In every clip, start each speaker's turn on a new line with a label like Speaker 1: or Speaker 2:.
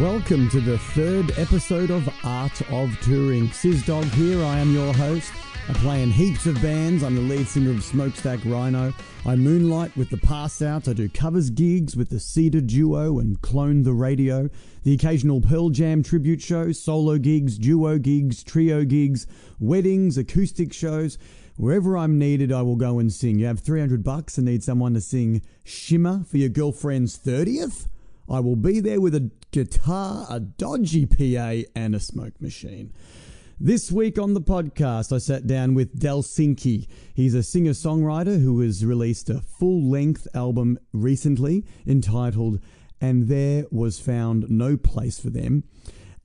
Speaker 1: Welcome to the third episode of Art of Touring. Sizdog here, I am your host. I play in heaps of bands. I'm the lead singer of Smokestack Rhino. I moonlight with the Pass Out. I do covers gigs with the Cedar Duo and Clone the Radio. The occasional Pearl Jam tribute show, solo gigs, duo gigs, trio gigs, weddings, acoustic shows. Wherever I'm needed, I will go and sing. You have 300 bucks and need someone to sing Shimmer for your girlfriend's 30th? I will be there with a guitar, a dodgy PA, and a smoke machine. This week on the podcast, I sat down with Delsinki. He's a singer songwriter who has released a full length album recently entitled And There Was Found No Place for Them.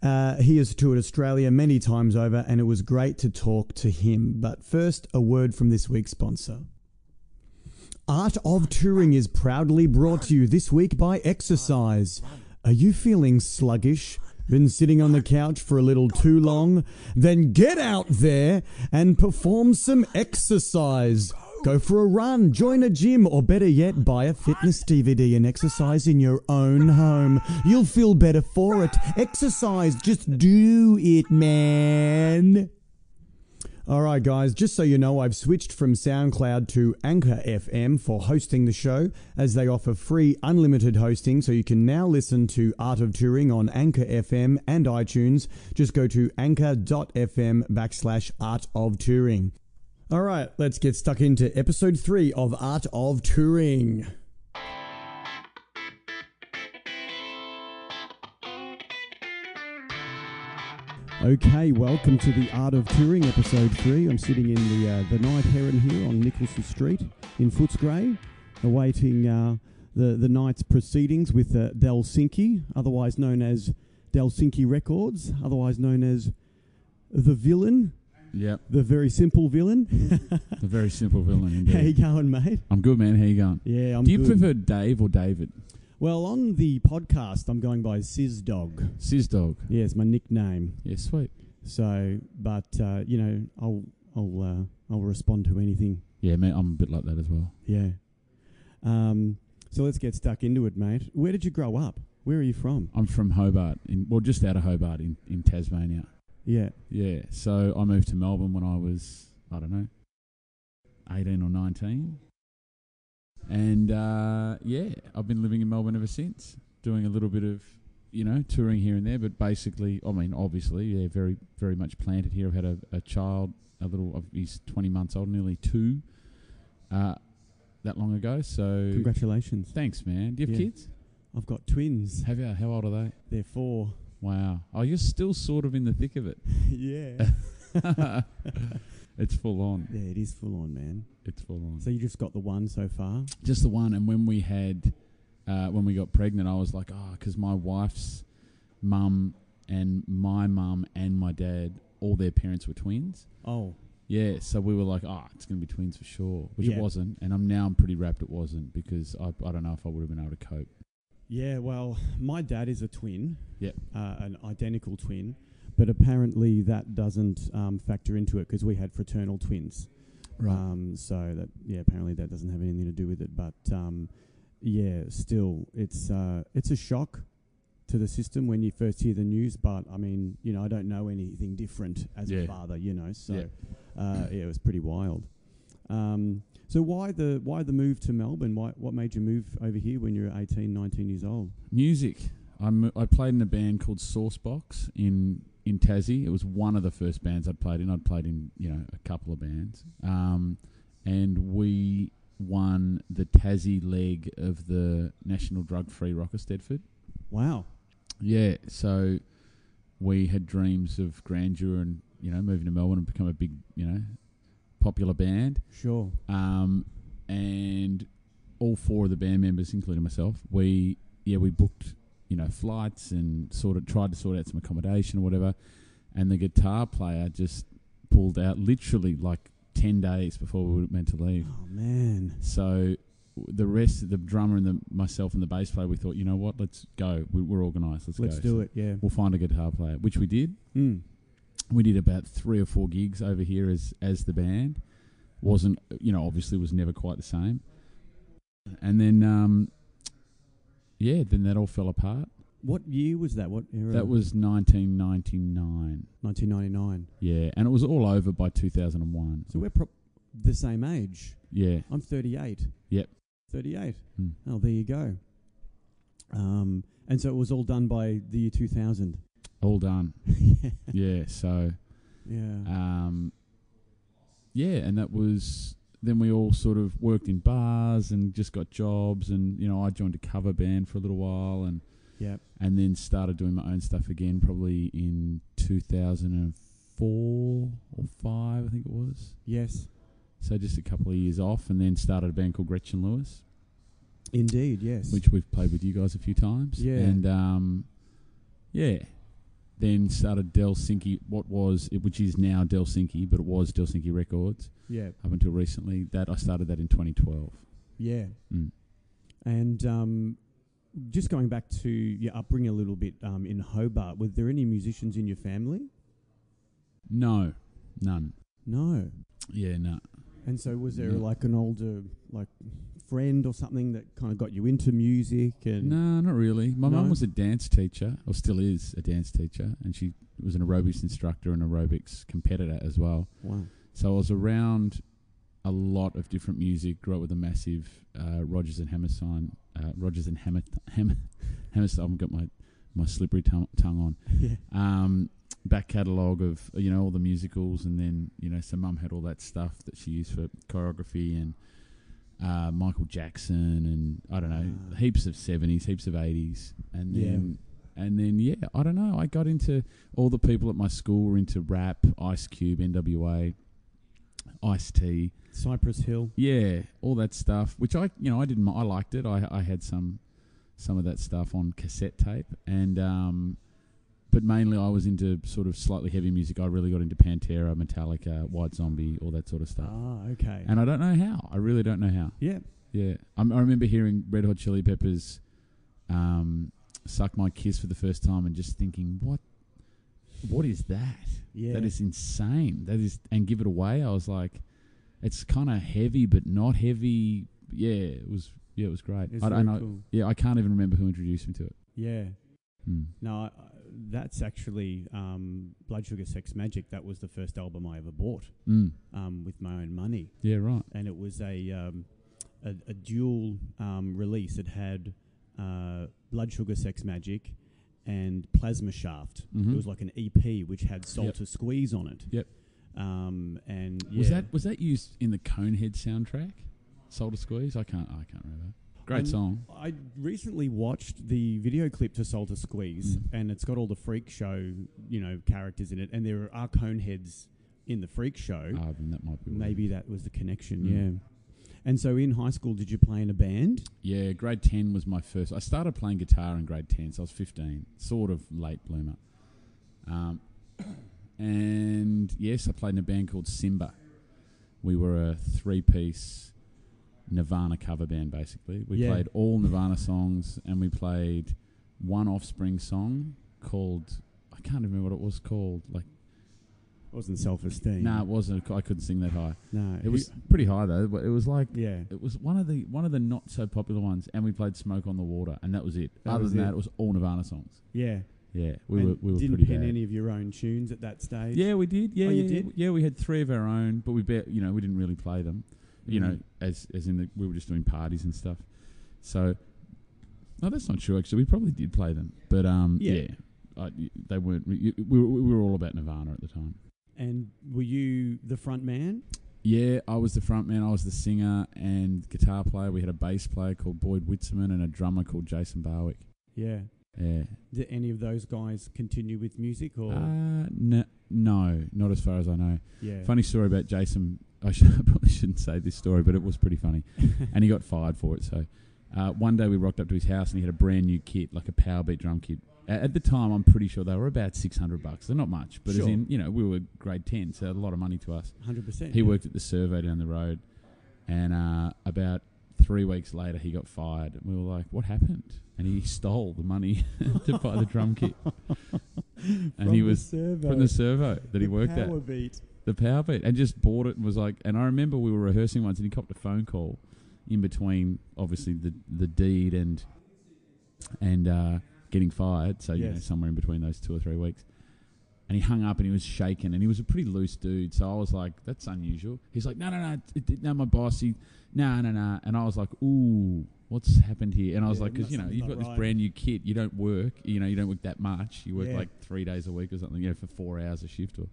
Speaker 1: Uh, he has toured Australia many times over, and it was great to talk to him. But first, a word from this week's sponsor. Art of Touring is proudly brought to you this week by Exercise. Are you feeling sluggish? Been sitting on the couch for a little too long? Then get out there and perform some exercise. Go for a run, join a gym, or better yet, buy a fitness DVD and exercise in your own home. You'll feel better for it. Exercise, just do it, man. All right, guys, just so you know, I've switched from SoundCloud to Anchor FM for hosting the show, as they offer free unlimited hosting, so you can now listen to Art of Touring on Anchor FM and iTunes. Just go to anchor.fm backslash art of touring. All right, let's get stuck into episode three of Art of Touring. Okay, welcome to the Art of Touring, episode three. I'm sitting in the uh, the Night Heron here on Nicholson Street in Footscray, awaiting uh, the the night's proceedings with uh, Delsinki, otherwise known as Delsinki Records, otherwise known as the villain,
Speaker 2: Yep,
Speaker 1: the very simple villain.
Speaker 2: a very simple villain
Speaker 1: How you
Speaker 2: indeed.
Speaker 1: going, mate?
Speaker 2: I'm good, man. How you going?
Speaker 1: Yeah, I'm.
Speaker 2: Do you
Speaker 1: good.
Speaker 2: prefer Dave or David?
Speaker 1: Well, on the podcast, I'm going by Sizz Dog.
Speaker 2: Sizz Dog.
Speaker 1: Yeah, it's my nickname.
Speaker 2: Yeah, sweet.
Speaker 1: So, but uh, you know, I'll I'll uh, I'll respond to anything.
Speaker 2: Yeah, man, I'm a bit like that as well.
Speaker 1: Yeah. Um, so let's get stuck into it, mate. Where did you grow up? Where are you from?
Speaker 2: I'm from Hobart, in, well, just out of Hobart in, in Tasmania.
Speaker 1: Yeah.
Speaker 2: Yeah, so I moved to Melbourne when I was, I don't know, 18 or 19. And uh, yeah, I've been living in Melbourne ever since, doing a little bit of, you know, touring here and there, but basically, I mean, obviously, yeah, very, very much planted here. I've had a, a child, a little, of- he's 20 months old, nearly two, uh, that long ago. So
Speaker 1: Congratulations.
Speaker 2: thanks, man. Do you have
Speaker 1: Yeah.
Speaker 2: kids?
Speaker 1: I've got twins.
Speaker 2: Have you? How old are they?
Speaker 1: They're four.
Speaker 2: Wow. Oh, you're still sort of in the thick of it.
Speaker 1: yeah.
Speaker 2: it's full on.
Speaker 1: Yeah, it is full on, man.
Speaker 2: It's full on.
Speaker 1: So you just got the one so far.
Speaker 2: Just the one. And when we had, uh, when we got pregnant, I was like, oh, because my wife's mum and my mum and my dad, all their parents were twins.
Speaker 1: Oh,
Speaker 2: Yeah, so we were like, ah, it's going to be twins for sure, which
Speaker 1: Yeah.
Speaker 2: it wasn't. And I'm now I'm pretty wrapped it wasn't because I, I don't know if I would have been able to cope.
Speaker 1: yeah. Well, my dad is a twin.
Speaker 2: Yep.
Speaker 1: Uh, an identical twin, but apparently that doesn't um, factor into it because we had fraternal twins. Um, so that yeah, apparently that doesn't have anything to do with it. But um, yeah, still, it's uh, it's a shock to the system when you first hear the news. But I mean, you know, I don't know anything different as a
Speaker 2: Yeah.
Speaker 1: father, you know. So
Speaker 2: Yeah.
Speaker 1: Uh, yeah, it was pretty wild. Um, so why the why the move to Melbourne? Why what made you move over here when you were 18, 19 years old?
Speaker 2: Music. I mo- I played in a band called Sourcebox in in Tassie. It was one of the first bands I played in. I'd played in you know a couple of bands, um, and we won the Tassie leg of the National Drug Free Rocker Stedford.
Speaker 1: Wow.
Speaker 2: Yeah, so we had dreams of grandeur and you know moving to Melbourne and become a big you know popular band.
Speaker 1: Sure.
Speaker 2: Um, and all four of the band members, including myself, we yeah we booked you know flights and sort of tried to sort out some accommodation or whatever. And the guitar player just pulled out literally like ten days before we were meant to leave.
Speaker 1: Oh man.
Speaker 2: So w- the rest of the drummer and the myself and the bass player, we thought, you know what, let's go. We, we're organised. Let's,
Speaker 1: Let's
Speaker 2: go.
Speaker 1: do it. Yeah.
Speaker 2: We'll find a guitar player, which we did
Speaker 1: Mm.
Speaker 2: we did about three or four gigs over here as as the band wasn't you know obviously was never quite the same and then um yeah then that all fell apart
Speaker 1: What year was that? What era?
Speaker 2: That was 1999.
Speaker 1: 1999.
Speaker 2: Yeah, and it was all over by 2001.
Speaker 1: So we're pro- the same age.
Speaker 2: yeah,
Speaker 1: I'm 38.
Speaker 2: Yep.
Speaker 1: 38.
Speaker 2: Hmm.
Speaker 1: Oh, there you go. Um, and so it was all done by the year 2000.
Speaker 2: all done.
Speaker 1: yeah.
Speaker 2: yeah, so
Speaker 1: Yeah.
Speaker 2: um, yeah, and that was then we all sort of worked in bars and just got jobs, and you know I joined a cover band for a little while, and
Speaker 1: Yep.
Speaker 2: and then started doing my own stuff again, probably in 2004 or five, I think it was.
Speaker 1: Yes.
Speaker 2: So just a couple of years off, and then started a band called Gretchen Lewis.
Speaker 1: Indeed. Yes.
Speaker 2: which we've played with you guys a few times.
Speaker 1: Yeah.
Speaker 2: And um, yeah, then started Delsinki, what was it, which is now Delsinki, but it was Delsinki Records
Speaker 1: yeah.
Speaker 2: up until recently. That I started that in 2012.
Speaker 1: Yeah.
Speaker 2: Mm.
Speaker 1: And um, just going back to your upbringing a little bit um, in Hobart, were there any musicians in your family?
Speaker 2: No, none.
Speaker 1: No.
Speaker 2: Yeah, no.
Speaker 1: And so was there
Speaker 2: No.
Speaker 1: like an older like friend or something that kind of got you into music and
Speaker 2: No, not really. My
Speaker 1: No?
Speaker 2: mum was a dance teacher, or still is a dance teacher, and she was an aerobics instructor and aerobics competitor as well.
Speaker 1: wow.
Speaker 2: So I was around a lot of different music. Grew up with a massive uh, Rogers and Hammerstein, uh, Rogers and Hammer, Hammer, Hammerstein. I've got my my slippery tongue, tongue
Speaker 1: yeah.
Speaker 2: on. Um, back catalogue of you know all the musicals, and then you know, so Mum had all that stuff that she used for choreography and uh, Michael Jackson, and I don't know,
Speaker 1: Ah.
Speaker 2: heaps of seventies, heaps of eighties, and
Speaker 1: Yeah.
Speaker 2: then. And then yeah, I don't know. I got into all the people at my school were into rap, Ice Cube, NWA, Ice T,
Speaker 1: Cypress Hill.
Speaker 2: yeah, all that stuff. Which I, you know, I didn't. mi- I liked it. I I had some some of that stuff on cassette tape, and um, but mainly I was into sort of slightly heavy music. I really got into Pantera, Metallica, White Zombie, all that sort of stuff.
Speaker 1: Ah, okay.
Speaker 2: And I don't know how. I really don't know how.
Speaker 1: yeah.
Speaker 2: Yeah, I, I remember hearing Red Hot Chili Peppers um, "Suck My Kiss" for the first time, and just thinking, what, what is that?
Speaker 1: Yeah.
Speaker 2: That is insane. That is, and give it away. I was like, it's kind of heavy, but not heavy. Yeah, it was. Yeah, it was great.
Speaker 1: It's
Speaker 2: I,
Speaker 1: very
Speaker 2: don't know.
Speaker 1: cool.
Speaker 2: Yeah, I can't even remember who introduced me to it.
Speaker 1: Yeah.
Speaker 2: Mm.
Speaker 1: No, I, I- that's actually um, Blood Sugar Sex Magic. That was the first album I ever bought
Speaker 2: Mm.
Speaker 1: um, with my own money.
Speaker 2: Yeah, right.
Speaker 1: and it was a um, a, a dual um, release. It had uh, Blood Sugar Sex Magic and Plasma Shaft.
Speaker 2: Mhm.
Speaker 1: It was like an EP which had Salt
Speaker 2: Yep.
Speaker 1: to Squeeze on it.
Speaker 2: Yep.
Speaker 1: Um, and
Speaker 2: Was
Speaker 1: yeah.
Speaker 2: that was that used in the Conehead soundtrack? Soul to Squeeze. I can't. I can't remember. Great
Speaker 1: I'm-
Speaker 2: song.
Speaker 1: I recently watched the video clip to Soul to Squeeze,
Speaker 2: Mm.
Speaker 1: and it's got all the freak show, you know, characters in it, and there are cone heads in the freak show.
Speaker 2: Ah, then that might be. what it
Speaker 1: Maybe that was the connection,
Speaker 2: Mm.
Speaker 1: yeah. And so, in high school, did you play in a band?
Speaker 2: Yeah, grade 10 was my first. I started playing guitar in grade 10, so I was 15, sort of late bloomer. Um, and yes, I played in a band called Simba. We were a three piece Nirvana cover band, basically. We
Speaker 1: Yeah.
Speaker 2: played all Nirvana songs and we played one offspring song called, I can't remember what it was called. Like,
Speaker 1: It wasn't self-esteem.
Speaker 2: no, it wasn't. I couldn't sing that high.
Speaker 1: no.
Speaker 2: It was pretty high, though, but it was like
Speaker 1: Yeah.
Speaker 2: it was one of the one of the not so popular ones, and we played "Smoke on the Water," and that was it.
Speaker 1: That
Speaker 2: Other
Speaker 1: was
Speaker 2: than
Speaker 1: it.
Speaker 2: that, it was all Nirvana songs.
Speaker 1: Yeah.
Speaker 2: Yeah, we
Speaker 1: And
Speaker 2: were we were
Speaker 1: didn't
Speaker 2: pretty
Speaker 1: pin
Speaker 2: bad.
Speaker 1: any of your own tunes at that stage.
Speaker 2: yeah, we did. Yeah,
Speaker 1: Oh, you
Speaker 2: yeah,
Speaker 1: did?
Speaker 2: yeah. We had three of our own, but we bet you know we didn't really play them. You know, as as in the, we were just doing parties and stuff. So, no, that's not true. Actually, we probably did play them, but um,
Speaker 1: Yeah.
Speaker 2: yeah, I, they weren't. We, we, were, we were all about Nirvana at the time.
Speaker 1: And were you the front man?
Speaker 2: Yeah, I was the front man. I was the singer and guitar player. We had a bass player called Boyd Witzman and a drummer called Jason Barwick.
Speaker 1: Yeah.
Speaker 2: Yeah.
Speaker 1: Did any of those guys continue with music or?
Speaker 2: Uh, no, no, not as far as I know.
Speaker 1: yeah.
Speaker 2: Funny story about Jason. I, sh- I probably shouldn't say this story, but it was pretty funny. and he got fired for it. So uh, one day we rocked up to his house and he had a brand new kit, like a power beat drum kit. A- At the time, I'm pretty sure they were about 600 bucks. They're not much, but as
Speaker 1: Sure.
Speaker 2: in, you know, we were grade 10, so a lot of money to us.
Speaker 1: Hundred percent.
Speaker 2: He worked at the survey down the road, and uh, about three weeks later, he got fired. And we were like, "What happened?" And he stole the money to buy the drum kit, and he was from the servo that he worked at,
Speaker 1: Beat.
Speaker 2: the power beat, and just bought it and was like. And I remember we were rehearsing once, and he copped a phone call in between, obviously the the deed and and uh, getting fired. So, you know,
Speaker 1: Yes.
Speaker 2: somewhere in between those two or three weeks. And he hung up and he was shaking and he was a pretty loose dude. So I was like, that's unusual. He's like, no, no, no. It, it, no, my boss, he, no, no, no. And I was like, ooh, what's happened here? And I was
Speaker 1: Yeah,
Speaker 2: like, because, you know,
Speaker 1: something's
Speaker 2: you've
Speaker 1: not
Speaker 2: got this
Speaker 1: right.
Speaker 2: brand new kid. You don't work, you know, you don't work that much. You work
Speaker 1: Yeah.
Speaker 2: like three days a week or something, you know, for four hours a shift. Or,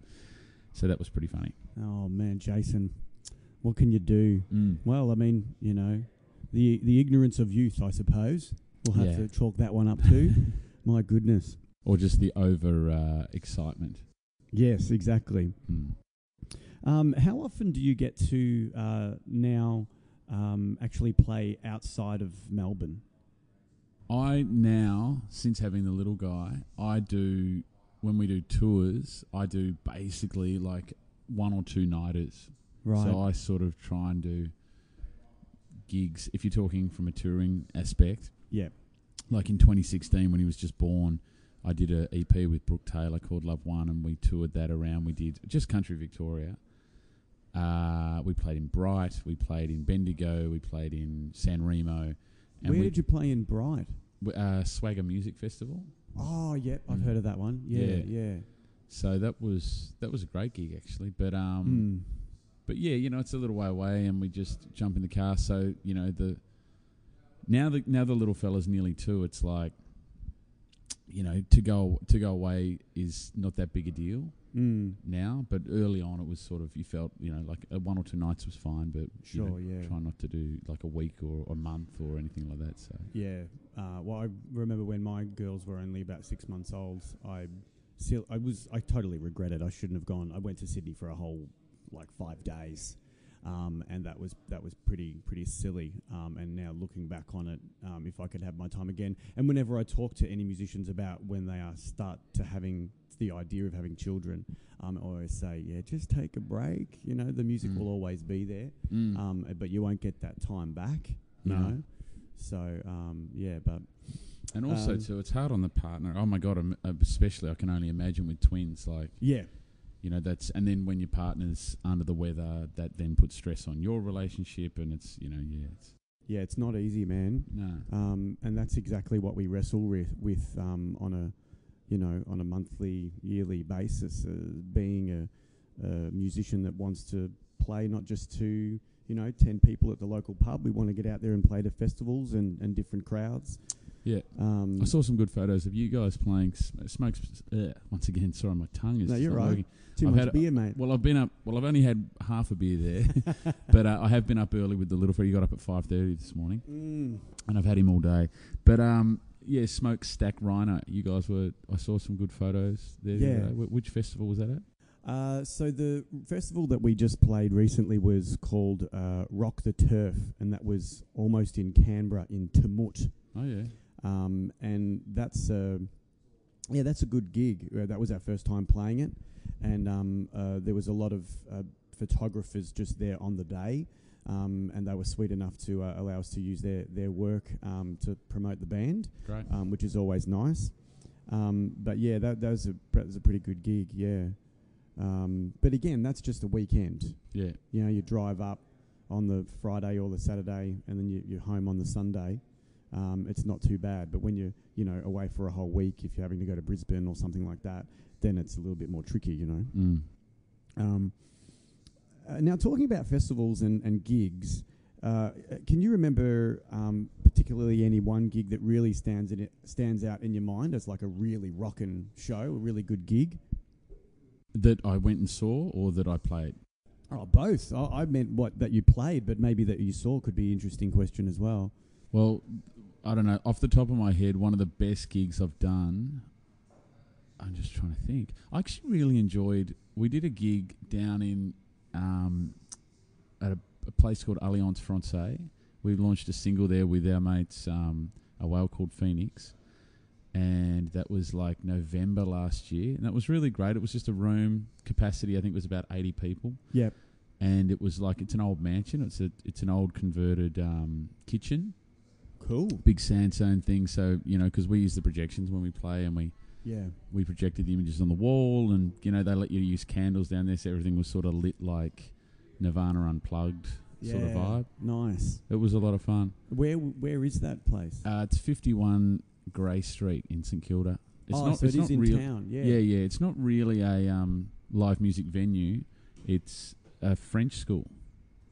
Speaker 2: so that was pretty funny.
Speaker 1: Oh man, Jason, what can you do?
Speaker 2: Mm.
Speaker 1: Well, I mean, you know, the the ignorance of youth, I suppose. We'll have
Speaker 2: Yeah.
Speaker 1: to chalk that one up too. My goodness.
Speaker 2: Or just the over uh, excitement.
Speaker 1: Yes, exactly.
Speaker 2: Mm.
Speaker 1: Um, how often do you get to uh, now um, actually play outside of Melbourne?
Speaker 2: I now, since having the little guy, I do when we do tours, I do basically like one or two nighters. So I sort of try and do gigs. If you're talking from a touring aspect,
Speaker 1: yeah.
Speaker 2: like in 2016 when he was just born, I did a EP with Brooke Taylor called Love One, and we toured that around. We did just country Victoria. Uh, we played in Bright, we played in Bendigo, we played in San Remo, and
Speaker 1: Where
Speaker 2: we
Speaker 1: did you play in Bright?
Speaker 2: w- uh, Swagger Music Festival.
Speaker 1: Oh, yep, I've
Speaker 2: Mm.
Speaker 1: heard of that one. Yeah, yeah.
Speaker 2: Yeah. So that was that was a great gig actually. But um,
Speaker 1: Mm.
Speaker 2: but yeah, you know, it's a little way away, and we just jump in the car. So you know the now the now the little fella's nearly two. It's like you know to go to go away is not that big a deal
Speaker 1: Mm.
Speaker 2: now, but early on it was sort of you felt you know like uh, one or two nights was fine, but you know,
Speaker 1: Sure, yeah.
Speaker 2: try not to do like a week or a month or anything like that. So
Speaker 1: Yeah. Uh, well, I remember when my girls were only about six months old. I still, I was, I totally regret it. I shouldn't have gone. I went to Sydney for a whole like five days, um, and that was that was pretty pretty silly. Um, and now looking back on it, um, if I could have my time again, and whenever I talk to any musicians about when they are start to having the idea of having children, um, I always say, yeah, just take a break. You know, the music
Speaker 2: Mm.
Speaker 1: will always be there
Speaker 2: mm.
Speaker 1: um, uh, but you won't get that time back. You
Speaker 2: No.
Speaker 1: know, so um, yeah, but
Speaker 2: and also
Speaker 1: um,
Speaker 2: too, it's hard on the partner. Oh my god, I'm, especially I can only imagine with twins like.
Speaker 1: yeah,
Speaker 2: you know that's and then when your partner's under the weather that then puts stress on your relationship and it's you know yeah it's
Speaker 1: yeah, it's not easy, man.
Speaker 2: no
Speaker 1: Um, and that's exactly what we wrestle with, with um, on a you know on a monthly, yearly basis. Uh, being a, a musician that wants to play not just to you know ten people at the local pub, we want to get out there and play to festivals and, and different crowds.
Speaker 2: Yeah.
Speaker 1: um,
Speaker 2: i saw some good photos of you guys playing sm- smokes uh, once again sorry my tongue is
Speaker 1: No,
Speaker 2: just
Speaker 1: you're
Speaker 2: not
Speaker 1: right.
Speaker 2: working.
Speaker 1: too
Speaker 2: I've
Speaker 1: much
Speaker 2: had-
Speaker 1: beer, mate.
Speaker 2: well i've been up well i've only had half a beer there but uh, i have been up early with the little fella he got up at 5.30 this morning
Speaker 1: Mm.
Speaker 2: and i've had him all day but um yeah smoke stack rhino you guys were i saw some good photos there the
Speaker 1: Yeah.
Speaker 2: other day. Wh- which festival was that at
Speaker 1: Uh, so the festival that we just played recently was called uh, Rock the Turf, and that was almost in Canberra in Tumut,
Speaker 2: oh yeah
Speaker 1: um, and that's a yeah, that's a good gig. Uh, that was our first time playing it, and um, uh, there was a lot of uh, photographers just there on the day, um, and they were sweet enough to uh, allow us to use their their work um, to promote the band
Speaker 2: great
Speaker 1: um, which is always nice. Um, but yeah, that, that, was a, that was a pretty good gig, yeah. Um, but again, that's just a weekend.
Speaker 2: yeah
Speaker 1: You know, you drive up on the Friday or the Saturday, and then you, you're home on the Sunday. Um, it's not too bad. But when you're you know away for a whole week, if you're having to go to Brisbane or something like that, then it's a little bit more tricky, you know.
Speaker 2: mm.
Speaker 1: Um, uh, now, talking about festivals and, and gigs, uh, can you remember um, particularly any one gig that really stands in it, stands out in your mind as like a really rockin' show, a really good gig?
Speaker 2: that i went and saw or that i played
Speaker 1: Oh, both. I, I meant what that you played, but maybe that you saw could be an interesting question as well.
Speaker 2: Well, I don't know. Off the top of my head, one of the best gigs I've done. I'm just trying to think. I actually really enjoyed. We did a gig down in um, at a, a place called Alliance Francaise. We launched a single there with our mates, um, a whale called Phoenix, and that was like November last year, and that was really great. It was just a room capacity. I think it was about 80 people
Speaker 1: Yep.
Speaker 2: and it was like it's an old mansion. It's a it's an old converted um, kitchen,
Speaker 1: Cool.
Speaker 2: big sandstone thing. So you know, because we use the projections when we play, and we
Speaker 1: Yeah.
Speaker 2: we projected the images on the wall, and you know they let you use candles down there, so everything was sort of lit like Nirvana unplugged sort of
Speaker 1: Yeah.
Speaker 2: vibe.
Speaker 1: Nice.
Speaker 2: It was a lot of fun.
Speaker 1: Where Where is that place?
Speaker 2: Uh, it's fifty one Grey Street in St Kilda. It's
Speaker 1: oh,
Speaker 2: not,
Speaker 1: so
Speaker 2: it's
Speaker 1: it
Speaker 2: not
Speaker 1: is in
Speaker 2: real,
Speaker 1: town. Yeah.
Speaker 2: Yeah, yeah. It's not really a um, live music venue. It's a French school,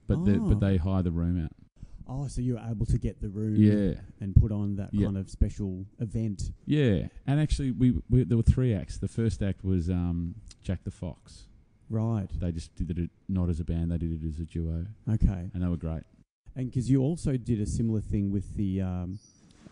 Speaker 2: but the,
Speaker 1: Ah.
Speaker 2: but they hire the room out.
Speaker 1: Oh, so you were able to get the room
Speaker 2: Yeah,
Speaker 1: and put on that
Speaker 2: Yeah.
Speaker 1: kind of special event.
Speaker 2: yeah. And actually, we, we there were three acts. The first act was um, Jack the Fox.
Speaker 1: Right.
Speaker 2: They just did it not as a band. They did it as a duo,
Speaker 1: Okay.
Speaker 2: and they were great.
Speaker 1: And because you also did a similar thing with the um,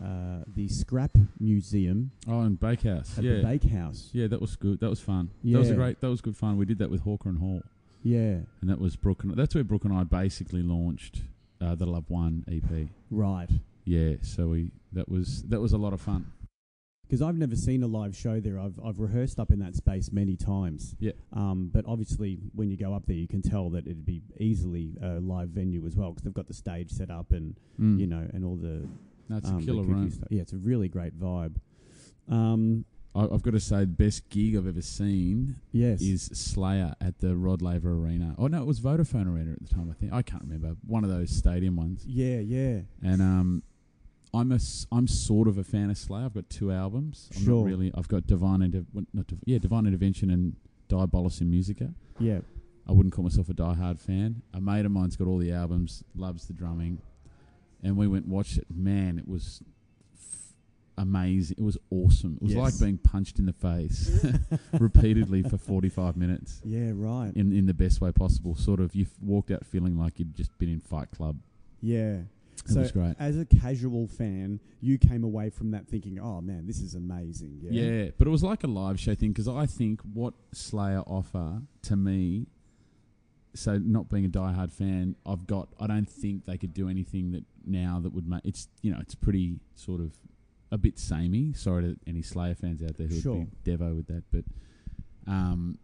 Speaker 1: uh, the scrap museum
Speaker 2: Oh, and Bakehouse.
Speaker 1: at
Speaker 2: yeah,
Speaker 1: the bakehouse.
Speaker 2: yeah. That was good. That was fun. That was a
Speaker 1: Yeah.
Speaker 2: great. That was good fun. We did that with Hawker and Hall.
Speaker 1: Yeah.
Speaker 2: and that was Brooke and that's where Brooke and I basically launched uh, the Love One EP.
Speaker 1: Right.
Speaker 2: Yeah, so we that was that was a lot of fun.
Speaker 1: Because I've never seen a live show there. I've I've rehearsed up in that space many times.
Speaker 2: Yeah.
Speaker 1: Um, but obviously, when you go up there, you can tell that it'd be easily a live venue as well because they've got the stage set up and
Speaker 2: Mm.
Speaker 1: you know and all the
Speaker 2: that's
Speaker 1: um,
Speaker 2: a
Speaker 1: the
Speaker 2: killer
Speaker 1: kooky
Speaker 2: room.
Speaker 1: stuff. Yeah, it's a really great vibe. Um,
Speaker 2: I, I've got to say, the best gig I've ever seen
Speaker 1: yes.
Speaker 2: is Slayer at the Rod Laver Arena. Oh no, it was Vodafone Arena at the time. I think I can't remember one of those stadium ones.
Speaker 1: yeah. Yeah.
Speaker 2: And um, I'm a s- I'm sort of a fan of Slayer. I've got two albums. I'm
Speaker 1: Sure.
Speaker 2: not really. I've got Divine Inter- not Div- yeah Divine Intervention and Diabolus in Musica.
Speaker 1: Yeah.
Speaker 2: I wouldn't call myself a diehard fan. A mate of mine's got all the albums, loves the drumming, and we went and watched it. Man, it was f- amazing. It was awesome. It was
Speaker 1: Yes.
Speaker 2: like being punched in the face repeatedly for forty-five minutes
Speaker 1: Yeah. Right.
Speaker 2: in in the best way possible. Sort of, you f- walked out feeling like you'd just been in Fight Club.
Speaker 1: Yeah.
Speaker 2: It
Speaker 1: so
Speaker 2: was great.
Speaker 1: as a casual fan, you came away from that thinking, "Oh man, this is amazing." Yeah.
Speaker 2: Yeah. but it was like a live show thing because I think what Slayer offer to me. So not being a diehard fan, I've got. I don't think they could do anything that now that would make it's. You know, it's pretty sort of a bit samey. Sorry to any Slayer fans out there who
Speaker 1: Sure.
Speaker 2: would be devo with that, but um,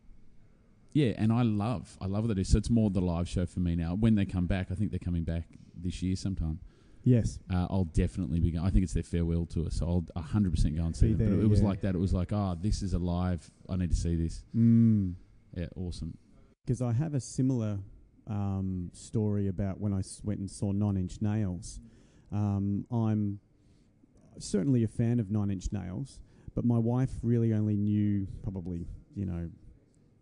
Speaker 2: yeah. And I love, I love what they do. So it's more the live show for me now. When they come back, I think they're coming back this year sometime
Speaker 1: Yes.
Speaker 2: uh, I'll definitely be going. I think it's their farewell tour, so I'll 100% go and see
Speaker 1: Be
Speaker 2: them. but
Speaker 1: there,
Speaker 2: it, was
Speaker 1: yeah.
Speaker 2: like that. It was like, ah, this is alive. I need to see this.
Speaker 1: Mm.
Speaker 2: Yeah, awesome.
Speaker 1: Because I have a similar um, story about when I s- went and saw Nine Inch Nails. Um, I'm certainly a fan of Nine Inch Nails, but my wife really only knew probably, you know,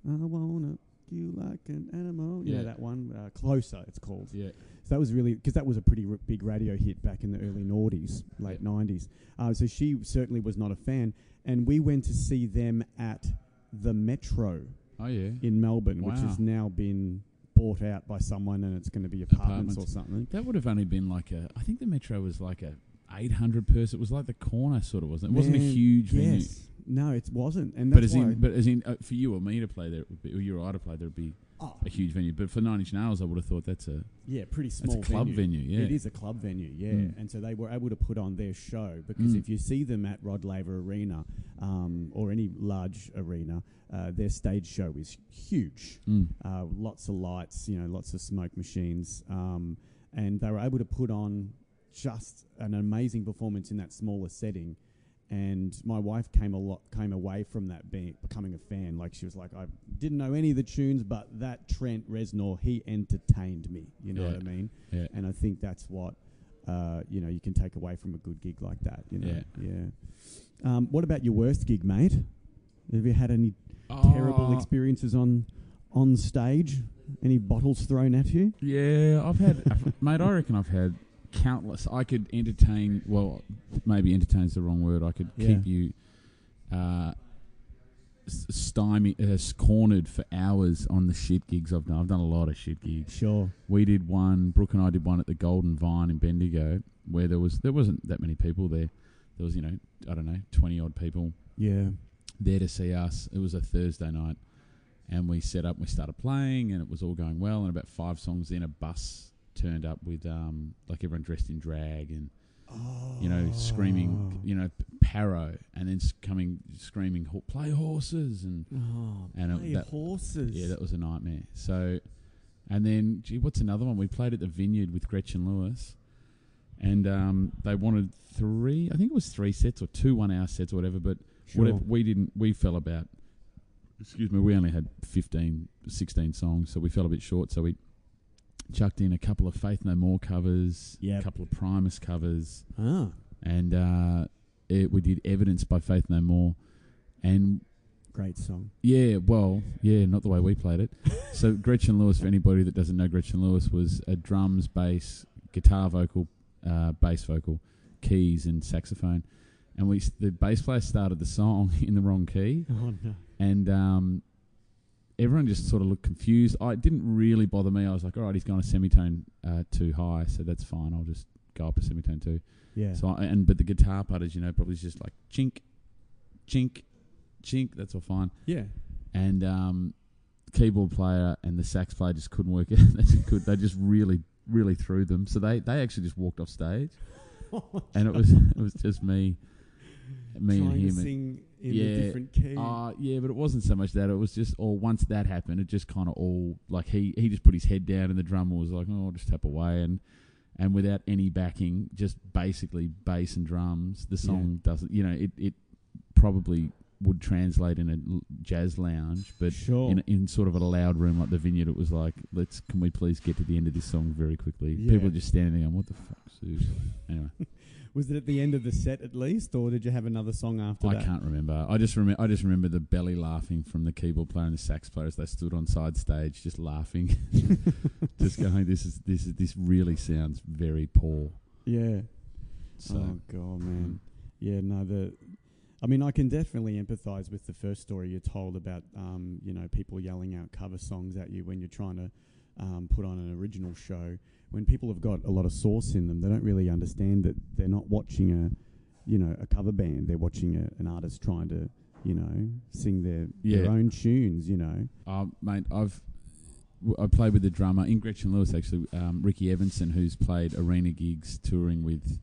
Speaker 1: I wanna you like an animal. You
Speaker 2: Yeah.
Speaker 1: know that one, uh, Closer. It's called.
Speaker 2: Yeah,
Speaker 1: So that was really because that was a pretty r- big radio hit back in the early noughties, late
Speaker 2: Yep.
Speaker 1: nineties. Uh, so she certainly was not a fan, and we went to see them at the Metro
Speaker 2: oh yeah.
Speaker 1: in Melbourne, which
Speaker 2: Wow.
Speaker 1: has now been bought out by someone, and it's going to be apartments, or
Speaker 2: Apartments.
Speaker 1: something.
Speaker 2: That would have only been like a. I think the Metro was like a 800 person. It was like the corner sort of wasn't. It It wasn't a
Speaker 1: Man,
Speaker 2: huge venue.
Speaker 1: Yes, no, it wasn't, and
Speaker 2: But
Speaker 1: that's
Speaker 2: as
Speaker 1: why.
Speaker 2: in, but as in, uh, for you or me to play there, it would be, or you or I to play there, would be
Speaker 1: oh,
Speaker 2: a huge venue. But for Nine Inch Nails, I would have thought that's a
Speaker 1: yeah, pretty
Speaker 2: that's
Speaker 1: small.
Speaker 2: a club venue. yeah,
Speaker 1: It is a club venue, yeah.
Speaker 2: Mm.
Speaker 1: And so they were able to put on their show because
Speaker 2: Mm.
Speaker 1: if you see them at Rod Laver Arena um, or any large arena, uh, their stage show is huge.
Speaker 2: Mm.
Speaker 1: Uh, lots of lights, you know, lots of smoke machines. Um, and they were able to put on just an amazing performance in that smaller setting. And my wife came a lot, came away from that being, becoming a fan. Like she was like, I didn't know any of the tunes, but that Trent Reznor, he entertained me. You know
Speaker 2: Yeah.
Speaker 1: what I mean?
Speaker 2: Yeah.
Speaker 1: And I think that's what uh, you know you can take away from a good gig like that. You know,
Speaker 2: Yeah.
Speaker 1: Um, what about your worst gig, mate? Have you had any terrible
Speaker 2: Oh,
Speaker 1: experiences on on stage? Any bottles thrown at you?
Speaker 2: Yeah, I've had, I've- mate. I reckon I've had countless. I could entertain. Well, maybe entertain's the wrong word. I could
Speaker 1: Yeah.
Speaker 2: keep you uh, s- stymied, uh, s- cornered for hours on the shit gigs I've done. I've done a lot of shit gigs.
Speaker 1: Sure.
Speaker 2: We did one. Brooke and I did one at the Golden Vine in Bendigo, where there was there wasn't that many people there. There was you know I don't know twenty odd people
Speaker 1: Yeah.
Speaker 2: there to see us. It was a Thursday night, and we set up. We started playing, and it was all going well. And about five songs in, a bus turned up with um, like everyone dressed in drag and you know screaming,
Speaker 1: Ah. Oh.
Speaker 2: you know p- paro, and then s- coming screaming, "Ho- "Play horses!" and
Speaker 1: Oh,
Speaker 2: And, uh,
Speaker 1: play
Speaker 2: that-
Speaker 1: horses.
Speaker 2: yeah, that was a nightmare. So, and then, gee, what's another one? We played at the Vineyard with Gretchen Lewis, and um, they wanted three. I think it was three sets or two one-hour sets or whatever. But
Speaker 1: sure.
Speaker 2: whatever we didn't we fell about excuse me we only had 15 16 songs so we fell a bit short so we chucked in a couple of faith no more covers
Speaker 1: Yep.
Speaker 2: a couple of primus covers
Speaker 1: Ah,
Speaker 2: and uh it, we did Evidence by Faith No More, and
Speaker 1: Great song.
Speaker 2: yeah, well, yeah, not the way we played it. so Gretchen Lewis, for anybody that doesn't know Gretchen Lewis, was a drums, bass, guitar vocal, uh, bass vocal, keys and saxophone. And we s- the bass player started the song in the wrong key,
Speaker 1: Oh no.
Speaker 2: and um, everyone just sort of looked confused. I it didn't really bother me. I was like, all right, he's gone a semitone uh, too high, so that's fine. I'll just go up a semitone too.
Speaker 1: Yeah.
Speaker 2: So I, and but the guitar part, as you know, probably is just like chink, chink, chink. That's all fine.
Speaker 1: yeah.
Speaker 2: And um, keyboard player and the sax player just couldn't work it. they, just could, they just really, really threw them. So they, they actually just walked off stage, and it was it was just me, me
Speaker 1: Trying
Speaker 2: and him.
Speaker 1: to
Speaker 2: and-
Speaker 1: sing in
Speaker 2: Yeah.
Speaker 1: a different key.
Speaker 2: uh, yeah, but it wasn't so much that. It was just, or once that happened, it just kind of all like he he just put his head down, and the drummer was like, "Oh, I'll just tap away," and and without any backing, just basically bass and drums. The song doesn't, you know, it it probably would translate in a l- jazz lounge, but
Speaker 1: sure.
Speaker 2: in in sort of a loud room like the vineyard, it was like, "Let's can we please get to the end of this song very quickly?"
Speaker 1: Yeah.
Speaker 2: People are just standing there, going, "What the fuck?" Sue?" Anyway.
Speaker 1: was it at the end of the set at least, or did you have another song after
Speaker 2: I
Speaker 1: that?
Speaker 2: can't remember. I just remember. I just remember the belly laughing from the keyboard player and the sax player as they stood on side stage, just laughing, just going, "This is this is this really sounds very poor."
Speaker 1: Yeah.
Speaker 2: So
Speaker 1: Oh
Speaker 2: mm.
Speaker 1: god, man. Yeah, no, the I mean, I can definitely empathise with the first story you're told about, um, you know, people yelling out cover songs at you when you're trying to um, put on an original show. When people have got a lot of source in them, they don't really understand that they're not watching a, you know, a cover band. They're watching a, an artist trying to, you know, sing their
Speaker 2: Yeah.
Speaker 1: their own tunes. You know.
Speaker 2: Uh, mate, I've w- I played with the drummer in Gretchen Lewis actually, um, Ricky Evanson, who's played arena gigs touring with.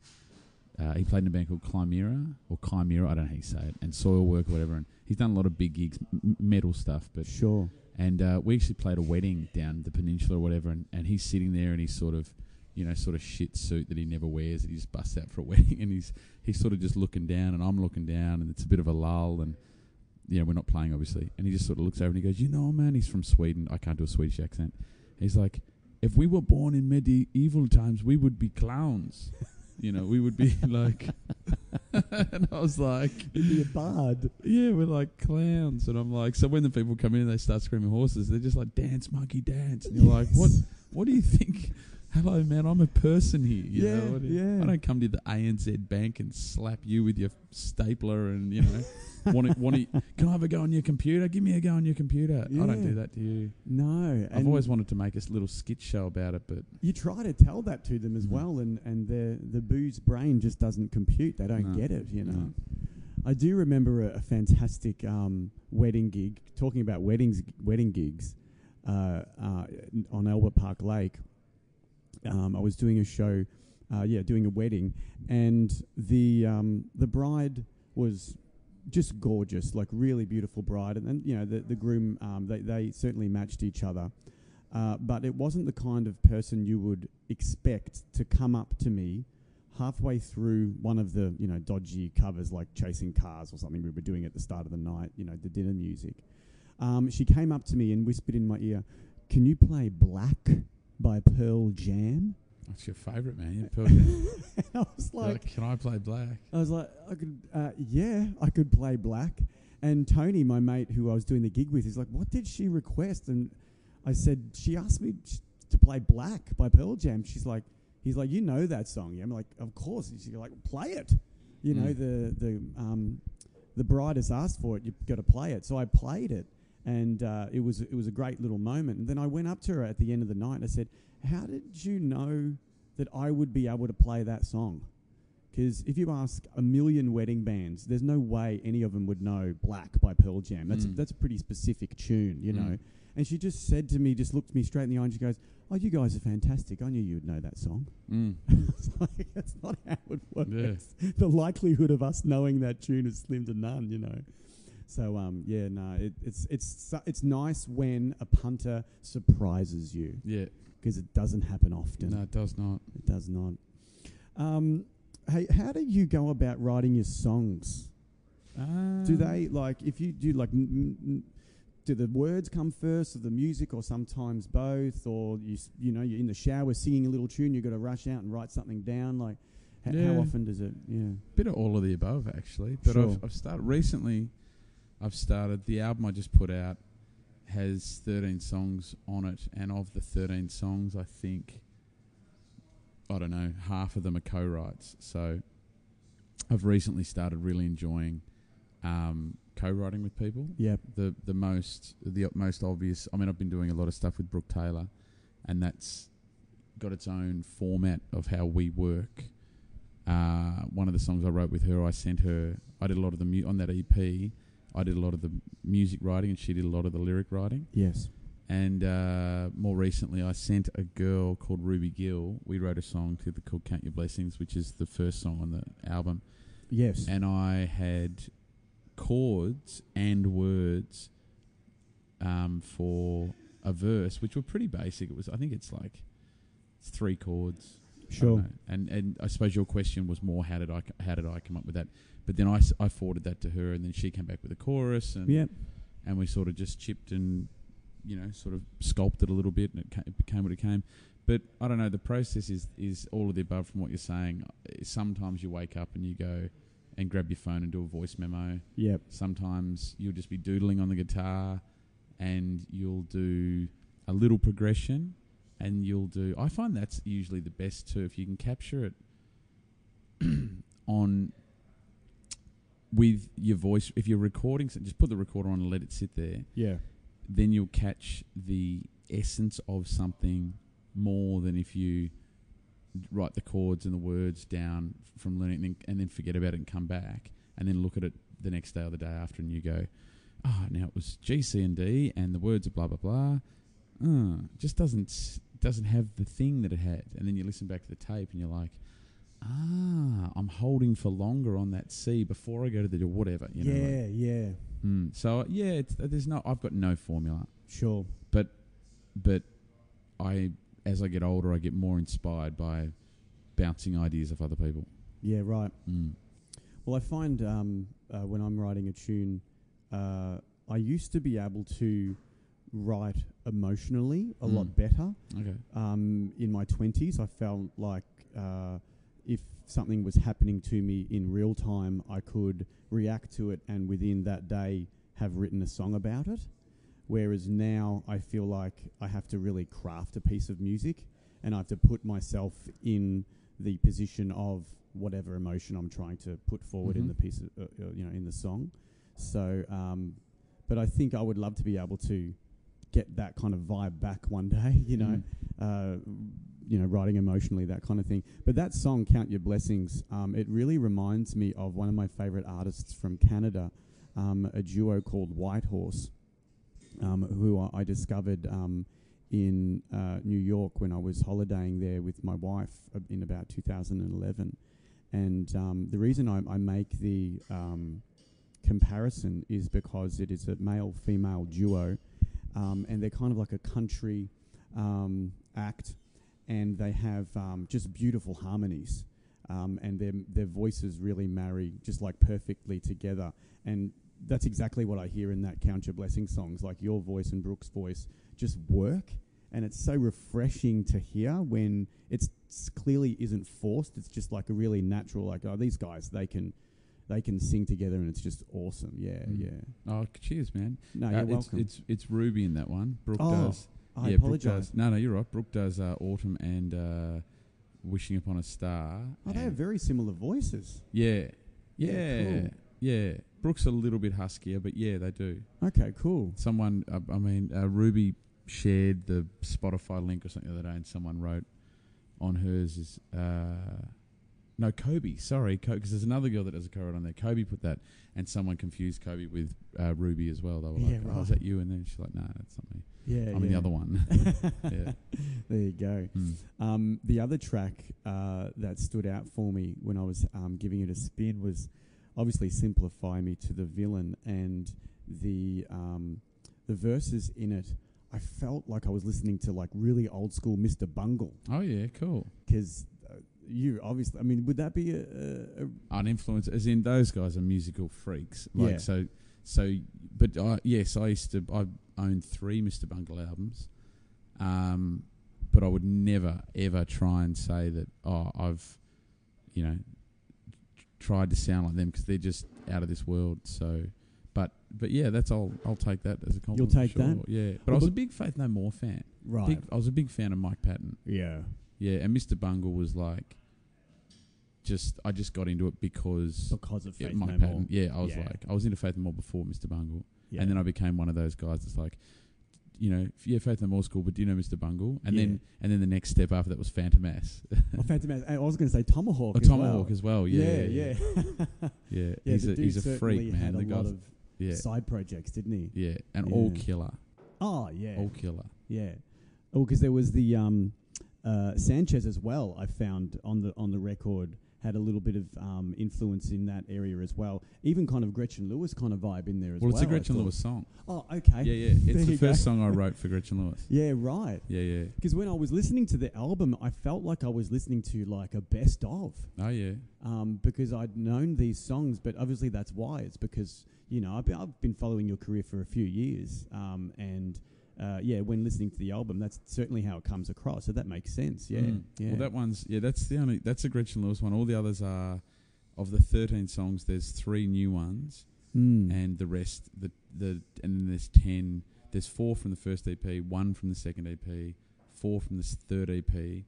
Speaker 2: Uh, he played in a band called Chimera or Chimera, I don't know how you say it, and Soil Work or whatever. And he's done a lot of big gigs, m- m- metal stuff, but
Speaker 1: sure.
Speaker 2: and uh, we actually played a wedding down the peninsula or whatever and, and he's sitting there in his sort of you know sort of shit suit that he never wears that he just busts out for a wedding and he's he's sort of just looking down and i'm looking down and it's a bit of a lull and you know we're not playing obviously and he just sort of looks over and he goes you know man he's from sweden i can't do a swedish accent he's like if we were born in medieval times we would be clowns you know we would be like and i was like
Speaker 1: Be a bard.
Speaker 2: yeah, we're like clowns. And I'm like, so when the people come in and they start screaming horses, they're just like, dance, monkey, dance. And you're like, what What do you think? Hello, man, I'm a person here. You
Speaker 1: Yeah,
Speaker 2: know? I don't-
Speaker 1: yeah.
Speaker 2: I don't come to the ANZ bank and slap you with your stapler and, you know, want to, want to, can I have a go on your computer? Give me a go on your computer. I don't
Speaker 1: Yeah.
Speaker 2: do that to you.
Speaker 1: No,
Speaker 2: I've
Speaker 1: and
Speaker 2: always wanted to make a s- little skit show about it, but
Speaker 1: you try to tell that to them as
Speaker 2: Mhm.
Speaker 1: well, and and the the boo's brain just doesn't compute. They don't
Speaker 2: No.
Speaker 1: get it, you know.
Speaker 2: No.
Speaker 1: I do remember a, a fantastic um, wedding gig. Talking about weddings, wedding gigs uh, uh, on Albert Park Lake. Um, I was doing a show, uh, yeah, doing a wedding, and the um, the bride was just gorgeous, like really beautiful bride, and then you know the the groom um, they they certainly matched each other, uh, but it wasn't the kind of person you would expect to come up to me halfway through one of the you know dodgy covers like chasing cars or something we were doing at the start of the night, you know the dinner music. Um, she came up to me and whispered in my ear, "Can you play Black by Pearl Jam?"
Speaker 2: that's your favourite, man. You're perfect.
Speaker 1: I was
Speaker 2: You're
Speaker 1: like,
Speaker 2: like, can I play black?
Speaker 1: I was like, I could, uh, yeah, I could play black. And Tony, my mate, who I was doing the gig with, is like, what did she request? And I said, she asked me sh- to play Black by Pearl Jam. She's like, he's like, you know that song? Yeah, I'm like, of course. And she's like, play it. You know,
Speaker 2: Mm.
Speaker 1: the the um, the bride has asked for it. You've got to play it. So I played it, and uh, it was it was a great little moment. And then I went up to her at the end of the night and I said, how did you know that I would be able to play that song? Because if you ask a million wedding bands, there's no way any of them would know Black by Pearl Jam. That's, a,
Speaker 2: Mm.
Speaker 1: that's a pretty specific tune, you
Speaker 2: Mm.
Speaker 1: know. And she just said to me, just looked me straight in the eye and she goes, Oh, you guys are fantastic. I knew you would know that song.
Speaker 2: Mm.
Speaker 1: It's like, that's not how it works. The likelihood of us knowing that tune is slim to none, you know. So, um, yeah, no, it, it's, it's, su- it's nice when a punter surprises you
Speaker 2: Yeah.
Speaker 1: because it doesn't happen often.
Speaker 2: No, it does not.
Speaker 1: It does not. Um, hey, how do you go about writing your songs? Do
Speaker 2: Mm.
Speaker 1: they like if you do like m- m- m- do the words come first or the music or sometimes both or you s- you know you're in the shower singing a little tune you got to rush out and write something down like H-
Speaker 2: Yeah.
Speaker 1: How often does it? Yeah.
Speaker 2: bit of all of the above actually but
Speaker 1: Sure.
Speaker 2: I've, I've started recently i've started the album i just put out has 13 songs on it and of the 13 songs i think i don't know half of them are co-writes so i've recently started really enjoying um, co-writing with people
Speaker 1: Yep.
Speaker 2: the the most the most obvious. I mean, I've been doing a lot of stuff with Brooke Taylor, and that's got its own format of how we work. Uh, one of the songs I wrote with her, I sent her. I did a lot of the mu- on that EP. I did a lot of the music writing, and she did a lot of the lyric writing.
Speaker 1: Yes.
Speaker 2: And uh, more recently, I sent a girl called Ruby Gill. We wrote a song to the called "Count Your Blessings," which is the first song on the album
Speaker 1: Yes.
Speaker 2: and I had chords and words um, for a verse, which were pretty basic. It was, I think, it's like it's three chords. I don't
Speaker 1: sure.
Speaker 2: know. And and I suppose your question was more how did I how did I come up with that? But then I, s- I forwarded that to her, and then she came back with a chorus, and
Speaker 1: Yep.
Speaker 2: and we sort of just chipped and you know sort of sculpted a little bit and it, ca- it became what it came but i don't know the process is is all of the above from what you're saying sometimes you wake up and you go and grab your phone and do a voice memo
Speaker 1: Yep.
Speaker 2: sometimes you'll just be doodling on the guitar and you'll do a little progression and you'll do i find that's usually the best too if you can capture it on with your voice if you're recording so just put the recorder on and let it sit there
Speaker 1: Yeah.
Speaker 2: then you'll catch the essence of something more than if you write the chords and the words down from learning and then, and then forget about it and come back and then look at it the next day or the day after and you go, oh, now it was G, C, and D and the words are blah, blah, blah. Uh, it just doesn't s- doesn't have the thing that it had. And then you listen back to the tape and you're like, ah, I'm holding for longer on that C before I go to the whatever, you know. like-
Speaker 1: yeah. Yeah.
Speaker 2: Mm, so yeah, it's, there's no. I've got no formula,
Speaker 1: Sure.
Speaker 2: but I, as I get older, I get more inspired by bouncing ideas off other people.
Speaker 1: Yeah. Right.
Speaker 2: Mm.
Speaker 1: Well, I find um, uh, when I'm writing a tune, uh, I used to be able to write emotionally a lot
Speaker 2: Mm.
Speaker 1: better.
Speaker 2: Okay.
Speaker 1: Um, in my 20s, I felt like uh, if something was happening to me in real time, I could react to it and within that day have written a song about it. Whereas now I feel like I have to really craft a piece of music and I have to put myself in the position of whatever emotion I'm trying to put forward in
Speaker 2: Mhm.
Speaker 1: the piece, of, uh, uh, you know, in the song. So, um, but I think I would love to be able to get that kind of vibe back one day, you
Speaker 2: Mm.
Speaker 1: know, uh, you know, writing emotionally, that kind of thing. But that song, Count Your Blessings, um, it really reminds me of one of my favorite artists from Canada, um, a duo called White Horse, um, who I, I discovered um, in uh, New York when I was holidaying there with my wife uh, in about 2011. And um, the reason I, I make the um, comparison is because it is a male female duo, um, and they're kind of like a country um, act, and they have um, just beautiful harmonies. Um, and their their voices really marry just like perfectly together, and that's exactly what I hear in that Count Your Blessings songs. Like your voice and Brooke's voice just work, and it's so refreshing to hear when it's s- clearly isn't forced. It's just like a really natural. Like oh, these guys they can they can sing together, and it's just awesome. Yeah,
Speaker 2: Mm.
Speaker 1: yeah.
Speaker 2: Oh, cheers, man.
Speaker 1: No,
Speaker 2: Uh,
Speaker 1: you're
Speaker 2: it's,
Speaker 1: welcome.
Speaker 2: it's it's Ruby in that one. Brooke
Speaker 1: Oh,
Speaker 2: does.
Speaker 1: I
Speaker 2: yeah, Brooke
Speaker 1: apologize.
Speaker 2: does. No, no, you're right. Brooke does uh, Autumn and uh, Wishing Upon a Star.
Speaker 1: Oh, they have
Speaker 2: and-
Speaker 1: very similar voices.
Speaker 2: yeah,
Speaker 1: Yeah,
Speaker 2: yeah, yeah,
Speaker 1: cool.
Speaker 2: Brooke's a little bit huskier, but yeah, they do.
Speaker 1: Okay, cool.
Speaker 2: someone uh, i mean uh, ruby shared the spotify link or something the other day and someone wrote on hers is uh, no kobe sorry because there's another girl that does a co-write on there kobe put that and someone confused kobe with uh, ruby as well they were like
Speaker 1: Yeah,
Speaker 2: oh, is
Speaker 1: right.
Speaker 2: that you and then she's like no that's not me
Speaker 1: Yeah,
Speaker 2: i'm in the other one
Speaker 1: other.
Speaker 2: Yeah.
Speaker 1: There you go.
Speaker 2: Mm.
Speaker 1: Um, the other track uh, that stood out for me when I was um, giving it a spin was obviously "Simplify Me" to the villain, and the um, the verses in it. I felt like I was listening to like really old school Mr. Bungle
Speaker 2: oh yeah cool
Speaker 1: because uh, you obviously. I mean, would that be a, a, a
Speaker 2: an influence as in those guys are musical freaks like
Speaker 1: Yeah.
Speaker 2: so so but I, yes i used to i owned three mr bungle albums um but i would never ever try and say that oh i've you know, tried to sound like them because they're just out of this world. So, but but yeah, that's I'll I'll take that as a compliment.
Speaker 1: take
Speaker 2: sure.
Speaker 1: that?
Speaker 2: yeah. But
Speaker 1: Well,
Speaker 2: I was
Speaker 1: but-
Speaker 2: a big Faith No More fan.
Speaker 1: Right.
Speaker 2: Big, I was a big fan of Mike Patton.
Speaker 1: yeah.
Speaker 2: Yeah, and Mr. Bungle was like, just I just got into it because
Speaker 1: Because of
Speaker 2: yeah,
Speaker 1: Faith
Speaker 2: Mike
Speaker 1: No
Speaker 2: Patton.
Speaker 1: More.
Speaker 2: Yeah, I was
Speaker 1: Yeah.
Speaker 2: like, I was into Faith No More before Mr. Bungle,
Speaker 1: Yeah.
Speaker 2: and then I became one of those guys that's like, you know, yeah, Faith No More school, but do you know Mr. Bungle? And then and then the next step after that was Phantom Ass,
Speaker 1: Oh, Phantom Menace. I was going to say Tomahawk.
Speaker 2: or
Speaker 1: as
Speaker 2: Tom
Speaker 1: well.
Speaker 2: Hawk Oh, as well. Yeah, yeah, yeah.
Speaker 1: yeah. yeah.
Speaker 2: Yeah,
Speaker 1: Yeah,
Speaker 2: he's
Speaker 1: the
Speaker 2: a
Speaker 1: dude
Speaker 2: he's a
Speaker 1: certainly
Speaker 2: freak, man.
Speaker 1: Had a
Speaker 2: The
Speaker 1: lot
Speaker 2: guy's
Speaker 1: of
Speaker 2: yeah,
Speaker 1: side projects, didn't he?
Speaker 2: yeah, and all
Speaker 1: Yeah.
Speaker 2: killer,
Speaker 1: Oh yeah,
Speaker 2: all killer.
Speaker 1: yeah. Oh, because there was the um, uh, Sanchez as well. I found on the on the record had a little bit of um, influence in that area as well. Even kind of Gretchen Lewis kind of vibe in there as
Speaker 2: Well,
Speaker 1: well.
Speaker 2: it's a
Speaker 1: I
Speaker 2: Gretchen
Speaker 1: thought.
Speaker 2: Lewis song.
Speaker 1: Oh, okay.
Speaker 2: Yeah, yeah,
Speaker 1: There
Speaker 2: it's the
Speaker 1: you go.
Speaker 2: first song I wrote for Gretchen Lewis.
Speaker 1: Yeah, right.
Speaker 2: Yeah, yeah.
Speaker 1: Because when I was listening to the album, I felt like I was listening to like a best of.
Speaker 2: Oh yeah,
Speaker 1: um, because I'd known these songs, but obviously that's why. It's because you know I've been, I've been following your career for a few years, um, and uh, yeah, when listening to the album, that's certainly how it comes across. So that makes sense. Yeah,
Speaker 2: Mm.
Speaker 1: yeah,
Speaker 2: Well, that one's yeah. That's the only. That's a Gretchen Lewis one. All the others are of the thirteen songs. There's three new ones,
Speaker 1: mm.
Speaker 2: and the rest the the and then there's ten. There's four from the first EP, one from the second EP, four from the s- third EP,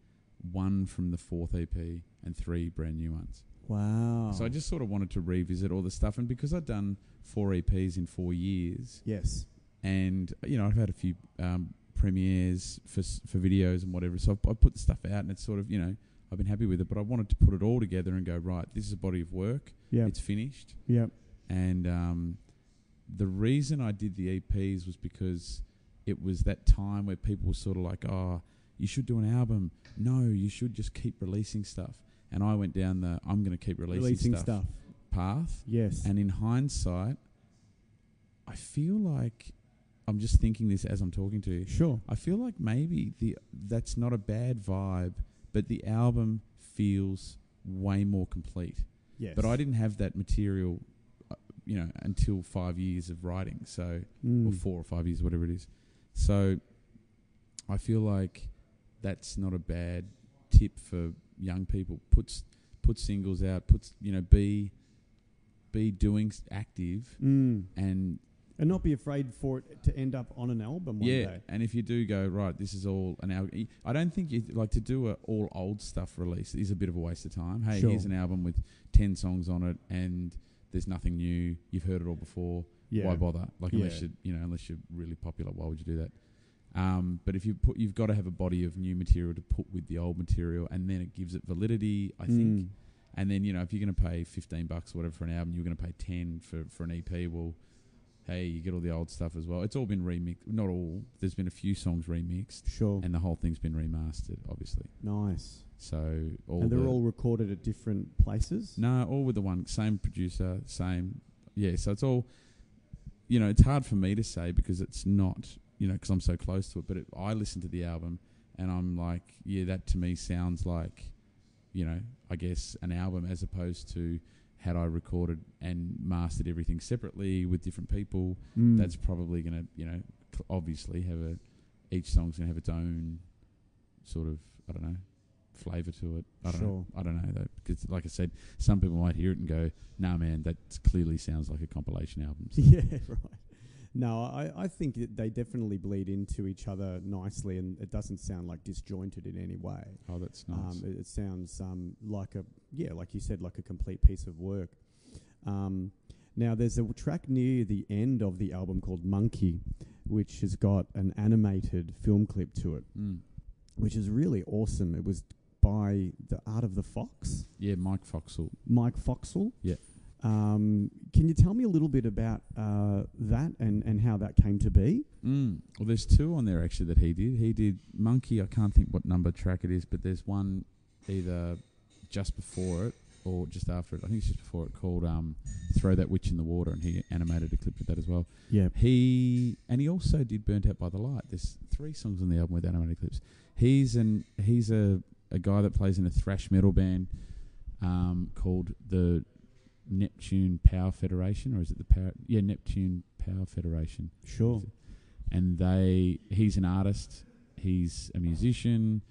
Speaker 2: one from the fourth EP, and three brand new ones.
Speaker 1: wow.
Speaker 2: So I just sort of wanted to revisit all the stuff, and because I'd done four EPs in four years,
Speaker 1: yes,
Speaker 2: and you know I've had a few um, premieres for s- for videos and whatever. So I've, I put the stuff out, and it's sort of you know I've been happy with it, but I wanted to put it all together and go right. This is a body of work.
Speaker 1: yeah,
Speaker 2: It's finished,
Speaker 1: yeah,
Speaker 2: and um, the reason I did the EPs was because it was that time where people were sort of like, oh, you should do an album. No, you should just keep releasing stuff. And I went down the I'm going to keep releasing, stuff path.
Speaker 1: Yes,
Speaker 2: And in hindsight, I feel like I'm just thinking this as I'm talking to you.
Speaker 1: sure.
Speaker 2: I feel like maybe the that's not a bad vibe, but the album feels way more complete.
Speaker 1: Yes,
Speaker 2: But I didn't have that material, uh, you know, until five years of writing. So or
Speaker 1: Mm.
Speaker 2: four or five years, whatever it is. So I feel like that's not a bad tip for young people. Puts put singles out. Puts you know be be doing s- active
Speaker 1: Mm.
Speaker 2: and
Speaker 1: And not be afraid for it to end up on an album one
Speaker 2: yeah.
Speaker 1: day.
Speaker 2: And if you do go right, this is all an album. I don't think you like to do a all old stuff release is a bit of a waste of time. Hey,
Speaker 1: Sure.
Speaker 2: here's an album with ten songs on it and. There's nothing new. You've heard it all before.
Speaker 1: Yeah,
Speaker 2: why bother? Like unless
Speaker 1: Yeah.
Speaker 2: you you know unless you're really popular, why would you do that? Um, but if you put, you've got to have a body of new material to put with the old material, and then it gives it validity, I think.
Speaker 1: Mm.
Speaker 2: And then you know if you're going to pay fifteen bucks or whatever for an album, you're going to pay ten for for an EP. Well, hey, you get all the old stuff as well. It's all been remixed. Not all. There's been a few songs remixed,
Speaker 1: Sure.
Speaker 2: and the whole thing's been remastered, obviously.
Speaker 1: nice.
Speaker 2: So all
Speaker 1: and they're
Speaker 2: the-
Speaker 1: all recorded at different places.
Speaker 2: no, all with the one same producer, same yeah. So it's all, you know, it's hard for me to say because it's not, you know, because I'm so close to it. But it, I listen to the album and I'm like, yeah, that to me sounds like, you know, I guess an album as opposed to had I recorded and mastered everything separately with different people.
Speaker 1: Mm.
Speaker 2: That's probably gonna, you know, cl- obviously have a each song's gonna have its own sort of I don't know flavor to it. I don't
Speaker 1: Sure.
Speaker 2: know. I don't know though, because like I said, some people might hear it and go, "Nah, man, that clearly sounds like a compilation album." So,
Speaker 1: Yeah, right. No, I, I think that they definitely bleed into each other nicely, and it doesn't sound like disjointed in any way.
Speaker 2: oh, that's nice.
Speaker 1: Um, it, it sounds um, like a yeah, like you said, like a complete piece of work. Um, now, there's a track near the end of the album called Monkey, which has got an animated film clip to it,
Speaker 2: mm.
Speaker 1: which is really awesome. It was by the Art of the Fox.
Speaker 2: Yeah, Mike Foxall.
Speaker 1: Mike Foxall.
Speaker 2: Yeah.
Speaker 1: Um, can you tell me a little bit about uh, that and, and how that came to be?
Speaker 2: Mm. Well, there's two on there actually that he did. He did Monkey. I can't think what number track it is, but there's one either just before it or just after it. I think it's just before it called um, "Throw That Witch in the Water," and he animated a clip of that as well.
Speaker 1: Yeah.
Speaker 2: He and he also did "Burnt Out by the Light." There's three songs on the album with animated clips. He's an he's a a guy that plays in a thrash metal band um, called the Neptune Power Federation, or is it the Power? Yeah, Neptune Power Federation
Speaker 1: Sure.
Speaker 2: and they he's an artist he's a musician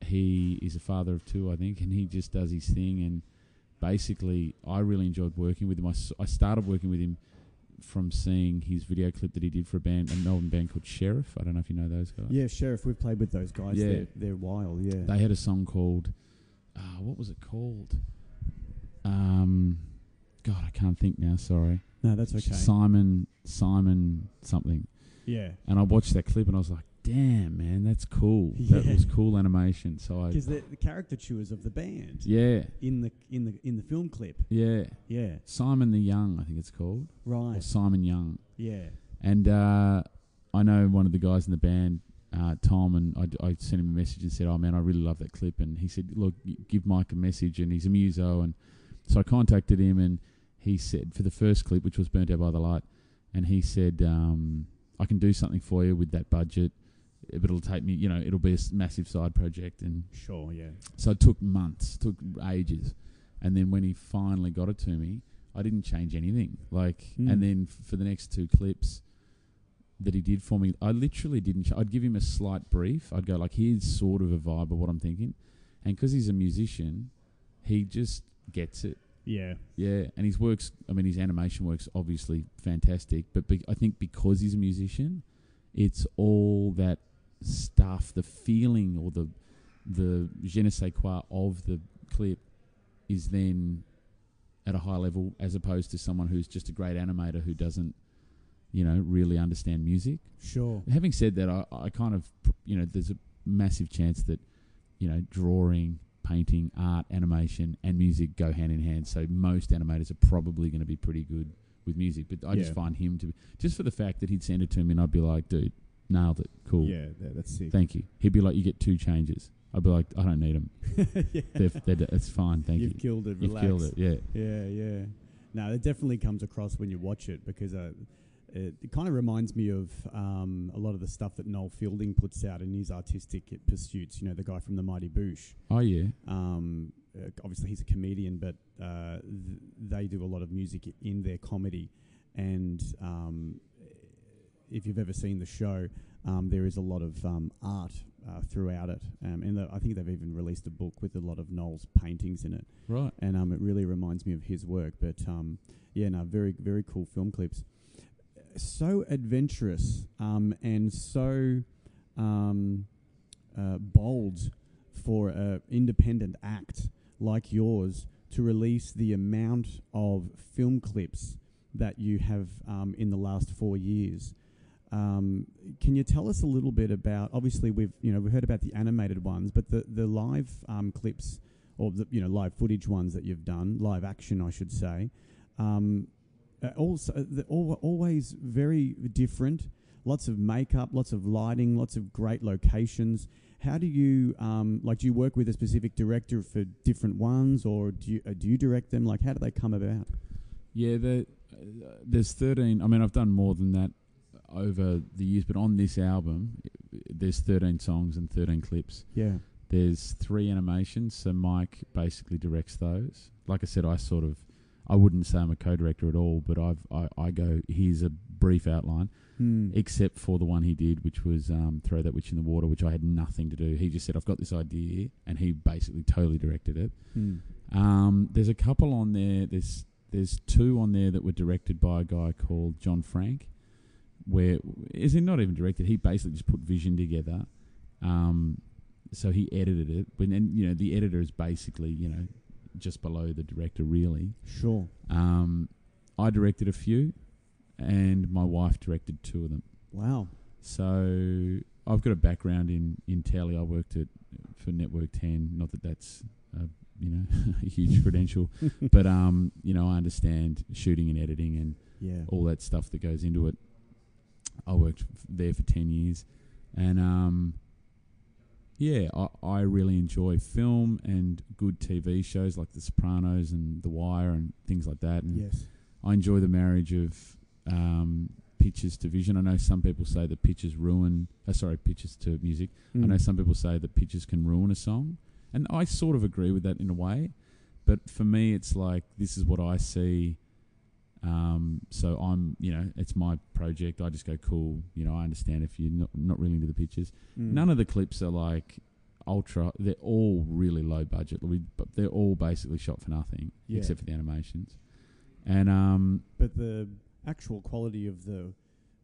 Speaker 2: he is a father of two, I think, and he just does his thing. And basically, I really enjoyed working with him. I, s- I started working with him from seeing his video clip that he did for a band, a Melbourne band called Sheriff. I don't know if you know those guys.
Speaker 1: Yeah, Sheriff, we've played with those guys.
Speaker 2: Yeah.
Speaker 1: They're, they're wild, yeah.
Speaker 2: They had a song called, uh, what was it called? Um, God, I can't think now. Sorry,
Speaker 1: no, that's okay.
Speaker 2: Simon, Simon something.
Speaker 1: yeah.
Speaker 2: And I watched that clip and I was like, damn, man, that's cool. That
Speaker 1: Yeah.
Speaker 2: was cool animation. So I,
Speaker 1: Because they're the caricatures of the band
Speaker 2: yeah,
Speaker 1: in the in the in the film clip.
Speaker 2: yeah.
Speaker 1: Yeah.
Speaker 2: Simon the Young, I think it's called, or
Speaker 1: Right.
Speaker 2: Simon Young.
Speaker 1: Yeah.
Speaker 2: And uh, I know one of the guys in the band, uh, Tom, and I, d- I sent him a message and said, "Oh man, I really love that clip." And he said, "Look, y- give Mike a message." And he's a muso, and so I contacted him, and he said for the first clip, which was "Burnt Out by the Light," and he said, um, "I can do something for you with that budget, but it'll take me, you know, it'll be a s- massive side project." And
Speaker 1: Sure. Yeah.
Speaker 2: so it took months, took ages, and then when he finally got it to me, I didn't change anything. Like,
Speaker 1: Mm.
Speaker 2: and then f- for the next two clips that he did for me, I literally didn't. Ch- I'd give him a slight brief. I'd go like, "Here's sort of a vibe of what I'm thinking," and because he's a musician, he just gets it.
Speaker 1: Yeah.
Speaker 2: Yeah, and his works. I mean, his animation works obviously fantastic, but be, I think because he's a musician, it's all that stuff, the feeling or the the je ne sais quoi of the clip is then at a high level as opposed to someone who's just a great animator who doesn't, you know, really understand music.
Speaker 1: Sure.
Speaker 2: Having said that, I, I kind of, you know, there's a massive chance that, you know, drawing, painting, art, animation, and music go hand in hand. So most animators are probably going to be pretty good with music. But I
Speaker 3: Yeah.
Speaker 2: just find him to be, just for the fact that he'd send it to me and I'd be like, dude, nailed it. Cool.
Speaker 3: Yeah, that, that's sick.
Speaker 2: Thank you. He'd be like, you get two changes. I'd be like, I don't need them.
Speaker 1: yeah.
Speaker 2: They're, they're, it's fine. Thank
Speaker 1: You've
Speaker 2: you.
Speaker 1: killed it.
Speaker 2: You've
Speaker 1: Relax.
Speaker 2: killed it. Yeah.
Speaker 1: Yeah, yeah. No, it definitely comes across when you watch it because uh, it, it kind of reminds me of um, a lot of the stuff that Noel Fielding puts out in his artistic pursuits. You know, the guy from the Mighty Boosh.
Speaker 2: Oh, yeah.
Speaker 1: Um, uh, obviously, he's a comedian, but uh, th- they do a lot of music in their comedy. And um, if you've ever seen the show, um, there is a lot of um, art uh, throughout it. Um, and the, I think they've even released a book with a lot of Noel's paintings in it
Speaker 2: Right.
Speaker 1: and um, it really reminds me of his work. But um, yeah, no, very very cool film clips. So adventurous um, and so um, uh, bold for an independent act like yours to release the amount of film clips that you have um, in the last four years. Um, can you tell us a little bit about? Obviously, we've you know we heard about the animated ones, but the the live um, clips or the you know live footage ones that you've done, live action, I should say. Um, uh, also, they're al- always very different. Lots of makeup, lots of lighting, lots of great locations. How do you um, like? Do you work with a specific director for different ones, or do you uh, do you direct them? Like, how do they come about?
Speaker 2: Yeah, the, uh, there's 13. I mean, I've done more than that over the years, but on this album, i- i- there's 13 songs and 13 clips.
Speaker 1: Yeah,
Speaker 2: There's three animations, so Mike basically directs those. Like I said, I sort of, I wouldn't say I'm a co-director at all, but I've, I, I go, here's a brief outline,
Speaker 1: hmm.
Speaker 2: except for the one he did, which was um, Throw That Witch in the Water, which I had nothing to do. He just said, I've got this idea, and he basically totally directed it.
Speaker 1: Hmm.
Speaker 2: Um, there's a couple on there. There's there's two on there that were directed by a guy called John Frank. Where is he not even directed? He basically just put vision together. Um, so he edited it, but then you know the editor is basically you know just below the director really.
Speaker 1: sure.
Speaker 2: Um, I directed a few, and my wife directed two of them.
Speaker 1: Wow.
Speaker 2: So I've got a background in in tele. I worked at for Network Ten. Not that that's uh, you know a huge credential, but um, you know I understand shooting and editing and
Speaker 1: Yeah.
Speaker 2: all that stuff that goes into it. I worked f- there for ten years, and um, yeah, I, I really enjoy film and good TV shows like The Sopranos and The Wire and things like that. And
Speaker 1: Yes.
Speaker 2: I enjoy the marriage of um, pictures to vision. I know some people say that pictures ruin. Uh, sorry, pictures to music. I know
Speaker 1: Mm.
Speaker 2: some people say that pictures can ruin a song, and I sort of agree with that in a way. But for me, it's like this is what I see. Um, so I'm, you know, it's my project. I just go cool. You know, I understand if you're not not really into the pictures.
Speaker 1: Mm.
Speaker 2: None of the clips are like ultra. They're all really low budget. We, but they're all basically shot for nothing
Speaker 1: Yeah.
Speaker 2: except for the animations. And um,
Speaker 1: But the actual quality of the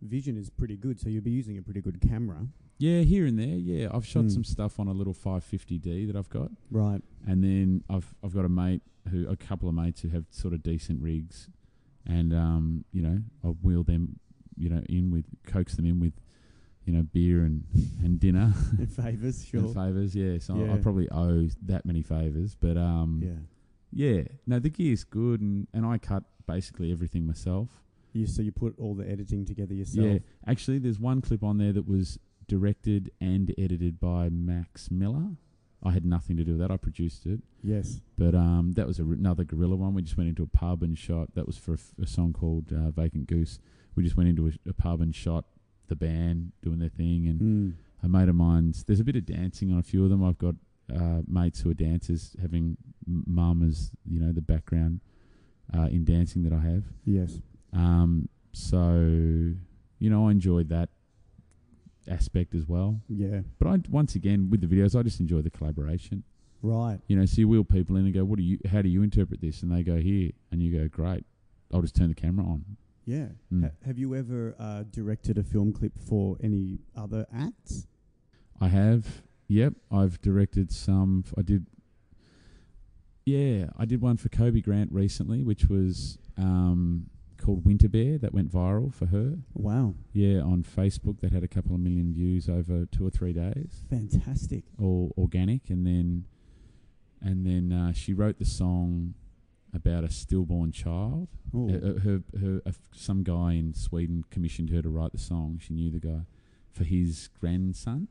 Speaker 1: vision is pretty good, so you'll be using a pretty good camera.
Speaker 2: yeah, here and there, yeah, I've shot
Speaker 4: Hmm.
Speaker 2: some stuff on a little 550D that I've got.
Speaker 4: Right.
Speaker 2: and then I've I've got a mate who a couple of mates who have sort of decent rigs, and um, you know I'll wheel them, you know, in with coax them in with, you know, beer and and dinner
Speaker 1: In favors, sure.
Speaker 2: and favors. Yeah, so I, I
Speaker 1: Yeah.
Speaker 2: probably owe that many favors, but um,
Speaker 1: yeah.
Speaker 2: yeah, no, the gear's good, and and I cut basically everything myself.
Speaker 1: You, so you put all the editing together yourself.
Speaker 2: Yeah, actually, there's one clip on there that was directed and edited by Max Miller. I had nothing to do with that. I produced it.
Speaker 1: Yes.
Speaker 2: But um, that was a, another gorilla one. We just went into a pub and shot. That was for a, f- a song called uh, Vacant Goose. We just went into a, a pub and shot the band doing their thing. And
Speaker 1: Mm.
Speaker 2: a mate of mine's, there's a bit of dancing on a few of them. I've got uh, mates who are dancers having m- mum as, you know, the background uh, in dancing that I have.
Speaker 1: Yes.
Speaker 2: Um, so, you know, I enjoyed that aspect as well.
Speaker 1: Yeah.
Speaker 2: But I, once again, with the videos, I just enjoy the collaboration
Speaker 4: Right.
Speaker 2: you know, so you wheel people in and go, "What do you? How do you interpret this?" And they go, "Here," and you go, "Great, I'll just turn the camera on."
Speaker 1: Yeah.
Speaker 2: Mm.
Speaker 1: Ha- have you ever uh, directed a film clip for any other acts?
Speaker 2: I have, yep, I've directed some. I did, yeah, I did one for Kobe Grant recently, which was um, called Winter Bear. That went viral for her,
Speaker 1: Wow.
Speaker 2: yeah, on Facebook. That had a couple of million views over two or three days.
Speaker 1: Fantastic.
Speaker 2: all organic, and then and then uh, she wrote the song about a stillborn child.
Speaker 1: Oh.
Speaker 2: Uh, uh, her, her, uh, some guy in Sweden commissioned her to write the song. She knew the guy for his grandson,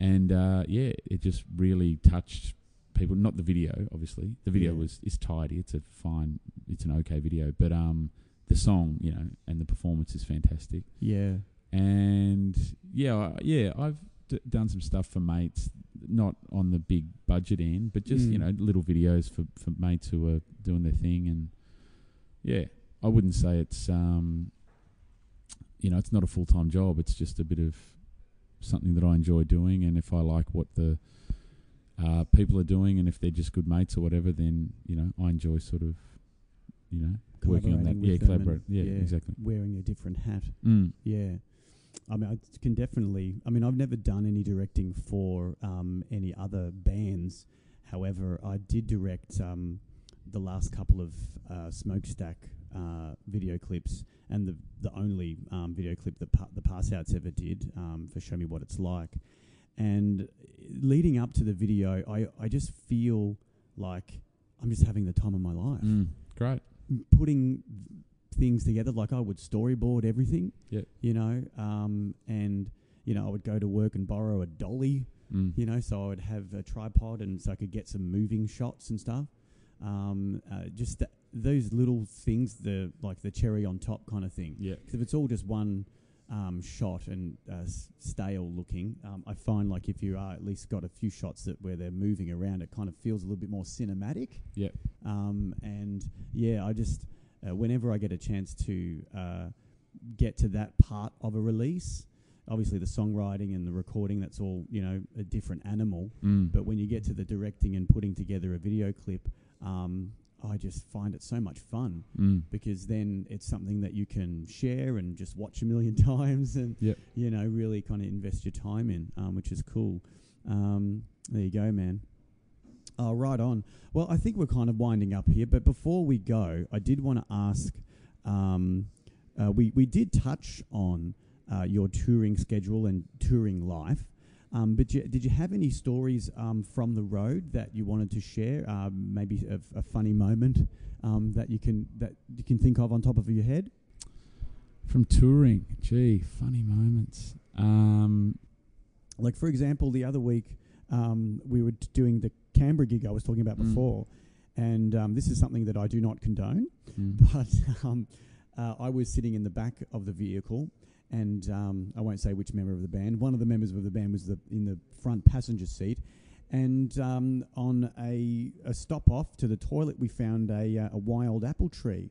Speaker 2: and uh, yeah, it just really touched people. Not the video, obviously. The video
Speaker 1: Yeah.
Speaker 2: was is tidy. It's a fine. It's an okay video, but um, the song, you know, and the performance is fantastic.
Speaker 1: yeah.
Speaker 2: And yeah, I- yeah, I've d- done some stuff for mates, not on the big budget end, but just you
Speaker 1: Mm.
Speaker 2: know little videos for for mates who are doing their thing. And yeah, I wouldn't say it's um, you know, it's not a full time job. It's just a bit of something that I enjoy doing, and if I like what the uh, people are doing, and if they're just good mates or whatever, then you know I enjoy sort of, you know, working on that.
Speaker 1: Collaborating with them
Speaker 2: Yeah,
Speaker 1: and-
Speaker 2: collaborate. Yeah,
Speaker 1: yeah.
Speaker 2: exactly.
Speaker 1: Wearing a different hat.
Speaker 2: Mm.
Speaker 1: Yeah. I mean, I can definitely. I mean, I've never done any directing for um, any other bands. However, I did direct um, the last couple of uh, Smokestack uh, video clips, and the the only um, video clip that pa- the Passouts ever did um, for "Show Me What It's Like." And leading up to the video, I I just feel like I'm just having the time of my life
Speaker 2: Mm. Great.
Speaker 1: putting things together. Like I would storyboard everything.
Speaker 2: Yep.
Speaker 1: You know, um, and you know I would go to work and borrow a dolly.
Speaker 2: Mm.
Speaker 1: You know, so I would have a tripod and so I could get some moving shots and stuff. Um, uh, just th- those little things, the like the cherry on top kind of thing.
Speaker 2: Yeah.
Speaker 1: 'Cause if it's all just one um, shot and uh, s- stale looking, um, I find like if you are at least got a few shots that where they're moving around, it kind of feels a little bit more cinematic.
Speaker 2: Yep.
Speaker 1: Um, and yeah, I just uh, whenever I get a chance to uh, get to that part of a release, obviously the songwriting and the recording, that's all you know a different animal.
Speaker 2: Mm.
Speaker 1: But when you get to the directing and putting together a video clip, um, I just find it so much fun
Speaker 2: mm.
Speaker 1: because then it's something that you can share and just watch a million times and
Speaker 2: Yep.
Speaker 1: you know really kind of invest your time in, um, which is cool. Um, there you go, man. Oh, right on. Well, I think we're kind of winding up here, but before we go, I did want to ask. Um, uh, we we did touch on uh, your touring schedule and touring life. Um, but you, did you have any stories um, from the road that you wanted to share? Um, maybe a, a funny moment um, that you can that you can think of on top of your head.
Speaker 2: From touring, gee, funny moments. Um,
Speaker 1: Like for example, the other week um, we were t- doing the Canberra gig I was talking about
Speaker 2: Mm.
Speaker 1: before, and um, this is something that I do not condone.
Speaker 2: mm,
Speaker 1: But um, uh, I was sitting in the back of the vehicle, and um, I won't say which member of the band. One of the members of the band was the, in the front passenger seat, and um, on a, a stop off to the toilet, we found a, uh, a wild apple tree,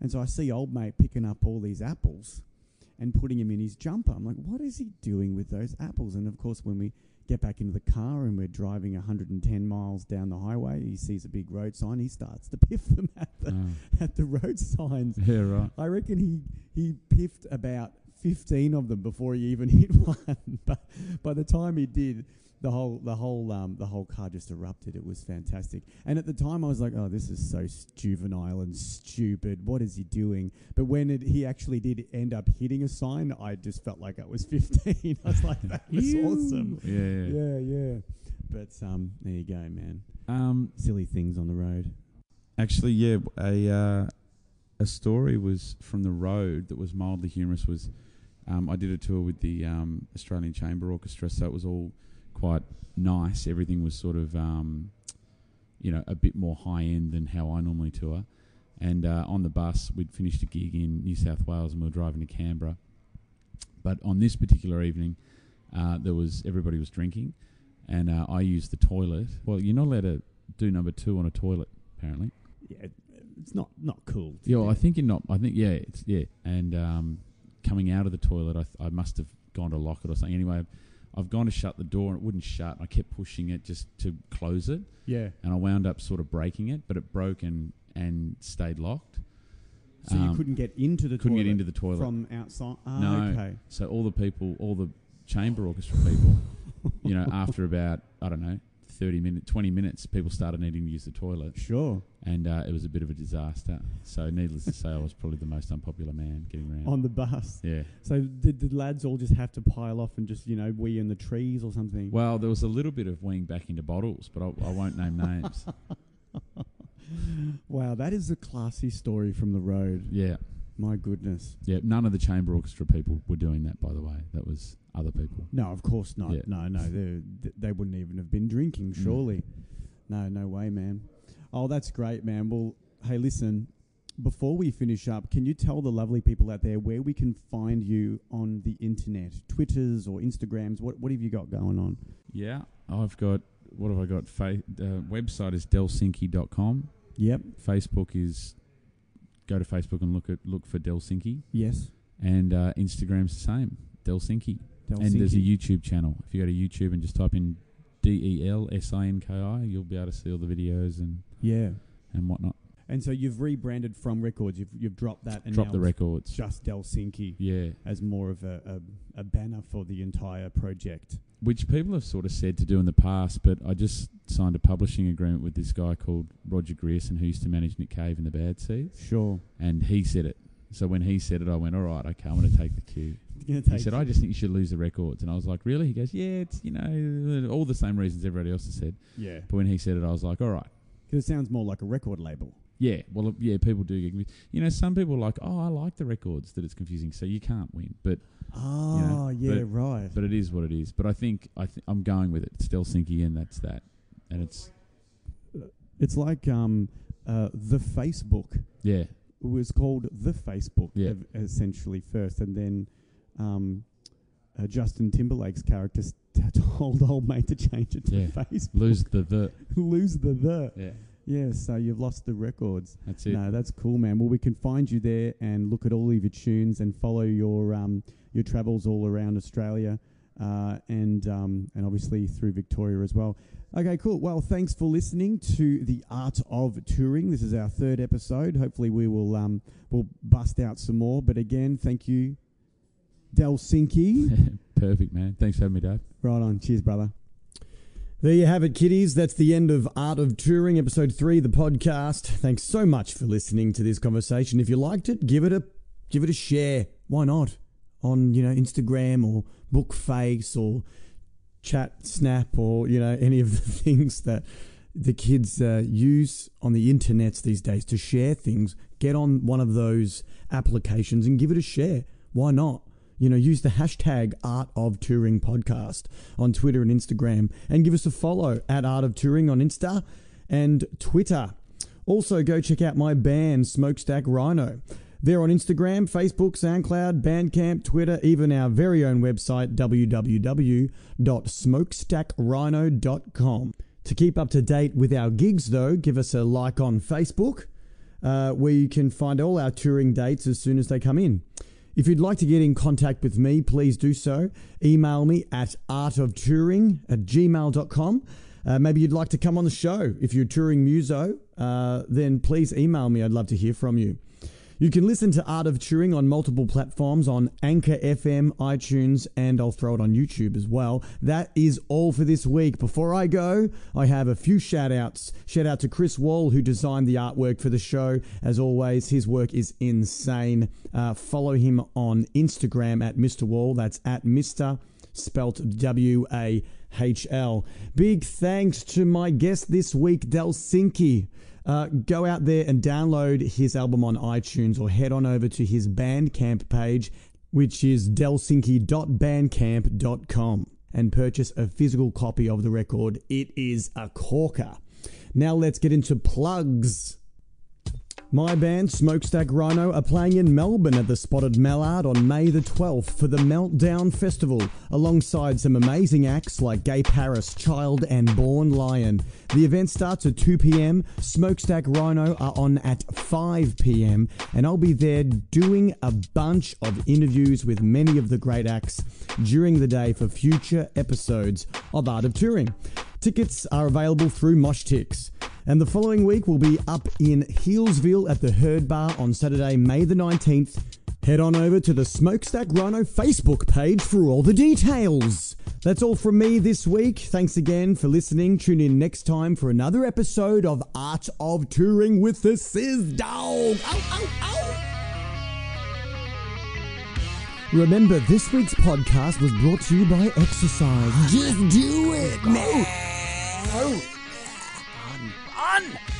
Speaker 1: and so I see old mate picking up all these apples. and putting him in his jumper. I'm like, what is he doing with those apples? And of course, when we get back into the car and we're driving 110 miles down the highway, he sees a big road sign. He starts to piff them at the,
Speaker 2: Oh.
Speaker 1: at the road signs.
Speaker 2: Yeah, right.
Speaker 1: I reckon he he piffed about 15 of them before he even hit one. but by the time he did, the whole the whole um, the whole car just erupted. It was fantastic. And at the time, I was like, "Oh, this is so s- juvenile and stupid. What is he doing?" But when it, he actually did end up hitting a sign, I just felt like I was 15. I was like, "That was
Speaker 2: Ew.
Speaker 1: awesome."
Speaker 2: Yeah, yeah.
Speaker 1: Yeah, yeah. But um, there you go, man.
Speaker 2: Um,
Speaker 1: Silly things on the road.
Speaker 2: Actually, yeah, a uh, a story was from the road that was mildly humorous. Was um, I did a tour with the um, Australian Chamber Orchestra, so it was all quite nice. Everything was sort of um, you know a bit more high end than how I normally tour. And uh, on the bus, we'd finished a gig in New South Wales, and we were driving to Canberra. But on this particular evening, uh, there was everybody was drinking, and uh, I used the toilet. Well, you're not allowed to do number two on a toilet, apparently.
Speaker 1: Yeah, it- it's not not cool. to
Speaker 2: Yeah, well,
Speaker 1: do.
Speaker 2: I think you're not. I think yeah, it's yeah. And um, coming out of the toilet, I, th- I must have gone to lock it or something. Anyway, I've gone to shut the door and it wouldn't shut. I kept pushing it just to close it,
Speaker 1: yeah.
Speaker 2: and I wound up sort of breaking it, but it broke and and stayed locked.
Speaker 1: So you
Speaker 2: Um,
Speaker 1: couldn't get into the
Speaker 2: couldn't
Speaker 1: toilet
Speaker 2: get into the toilet.
Speaker 1: from outside. Ah,
Speaker 2: No.
Speaker 1: okay.
Speaker 2: so all the people, all the chamber orchestra people, you know, after about I don't know thirty minutes, twenty minutes, people started needing to use the toilet,
Speaker 1: Sure.
Speaker 2: and uh, it was a bit of a disaster. So needless to say, I was probably the most unpopular man getting around.
Speaker 1: On the bus.
Speaker 2: yeah.
Speaker 1: So did the lads all just have to pile off and just you know wee in the trees or something?
Speaker 2: Well, there was a little bit of weeing back into bottles, but I, I won't name names.
Speaker 1: wow, that is a classy story from the road.
Speaker 2: yeah,
Speaker 1: My goodness.
Speaker 2: yeah. None of the chamber orchestra people were doing that, by the way. That was other people.
Speaker 1: No, of course not.
Speaker 2: Yeah.
Speaker 1: No, no, they they wouldn't even have been drinking,
Speaker 2: Mm.
Speaker 1: surely. No, no way, man. Oh, that's great, man. Well, hey, listen. Before we finish up, can you tell the lovely people out there where we can find you on the internet, Twitters or Instagrams? What what have you got going on?
Speaker 2: Yeah, I've got. What have I got? Fa- uh, website is delsinki.com.
Speaker 1: Yep.
Speaker 2: Facebook is. Go to Facebook and look at look for Delsinki,
Speaker 1: Yes.
Speaker 2: and uh, Instagram's the same, Delsinki.
Speaker 1: Helsinki.
Speaker 2: And there's a YouTube channel. If you go to YouTube and just type in D E L S I N K I, you'll be able to see all the videos and
Speaker 1: yeah.
Speaker 2: and whatnot.
Speaker 1: And so you've rebranded from records. You've you've dropped that and
Speaker 2: Drop
Speaker 1: now
Speaker 2: the
Speaker 1: it's
Speaker 2: records.
Speaker 1: Just Helsinki
Speaker 2: Yeah.
Speaker 1: as more of a, a a banner for the entire project.
Speaker 2: which people have sort of said to do in the past, but I just signed a publishing agreement with this guy called Roger Grierson, who used to manage Nick Cave in the Bad Seeds,
Speaker 1: Sure.
Speaker 2: and he said it. So when he said it, I went, "All right, okay, I'm going to take the cue." He said, "I just think you should lose the records," and I was like, "Really?" He goes, "Yeah, it's you know all the same reasons everybody else has said."
Speaker 1: yeah.
Speaker 2: But when he said it, I was like, "All right."
Speaker 1: Because it sounds more like a record label.
Speaker 2: Yeah, well, yeah, people do get confused. You know, some people are like, oh, I like the records that it's confusing, so you can't win. But
Speaker 1: Oh,
Speaker 2: Ah, yeah, but-
Speaker 1: right.
Speaker 2: but it is what it is. But I think I th- I'm going with it. It's Helsinki, and that's that. And it's
Speaker 1: it's like um, uh, the Facebook
Speaker 2: yeah,
Speaker 1: it was called the Facebook
Speaker 2: Yeah.
Speaker 1: ev- essentially first, and then um, uh, Justin Timberlake's character s- told old mate to change it to
Speaker 2: Yeah.
Speaker 1: Facebook.
Speaker 2: lose the the.
Speaker 1: lose the the.
Speaker 2: Yeah,
Speaker 1: Yeah, so you've lost the records.
Speaker 2: that's it.
Speaker 1: No, that's cool, man. Well, we can find you there and look at all of your tunes and follow your um, your travels all around Australia uh, and um, and obviously through Victoria as well. Okay, cool. Well, thanks for listening to the Art of Touring. This is our third episode. Hopefully, we will um, we'll bust out some more. But again, thank you, Delsinki.
Speaker 2: Perfect, man. Thanks for having me, Dave.
Speaker 1: right on. Cheers, brother.
Speaker 5: There you have it, kiddies. That's the end of Art of Touring, episode three, the podcast. Thanks so much for listening to this conversation. If you liked it, give it a give it a share. Why not? On you know Instagram or Bookface or Chat Snap or you know any of the things that the kids uh, use on the internets these days to share things. Get on one of those applications and give it a share. Why not? You know, use the hashtag Art of Touring Podcast on Twitter and Instagram and give us a follow at Art of Touring on Insta and Twitter. Also, go check out my band, Smokestack Rhino. They're on Instagram, Facebook, SoundCloud, Bandcamp, Twitter, even our very own website, www.smokestackrhino.com. To keep up to date with our gigs, though, give us a like on Facebook, uh, where you can find all our touring dates as soon as they come in.
Speaker 1: If you'd like to get in contact with me, please do so. Email me at artoftouring at gmail.com. Uh, maybe you'd like to come on the show. If you're touring Muso, uh, then please email me. I'd love to hear from you. You can listen to Art of Touring on multiple platforms on Anchor FM, iTunes, and I'll throw it on YouTube as well. That is all for this week. Before I go, I have a few shout outs. Shout out to Chris Wall, who designed the artwork for the show. As always, his work is insane. Uh, follow him on Instagram at Mr. Wall. That's at Mr. Spelt W A H L. Big thanks to my guest this week, Delsinki. Uh, go out there and download his album on iTunes or head on over to his Bandcamp page, which is delsinki.bandcamp.com, and purchase a physical copy of the record. It is a corker. Now let's get into plugs. My band, Smokestack Rhino, are playing in Melbourne at the Spotted Mallard on May the 12th for the Meltdown Festival, alongside some amazing acts like Gay Paris, Child, and Born Lion. The event starts at 2 pm. Smokestack Rhino are on at 5 pm, and I'll be there doing a bunch of interviews with many of the great acts during the day for future episodes of Art of Touring. Tickets are available through Moshtix. And the following week will be up in Healesville at the Herd Bar on Saturday, May the 19th. Head on over to the Smokestack Rhino Facebook page for all the details. That's all from me this week. Thanks again for listening. Tune in next time for another episode of Art of Touring with the Sizz Dog. Ow, ow, ow. Remember, this week's podcast was brought to you by exercise. Just do it, man.
Speaker 6: on.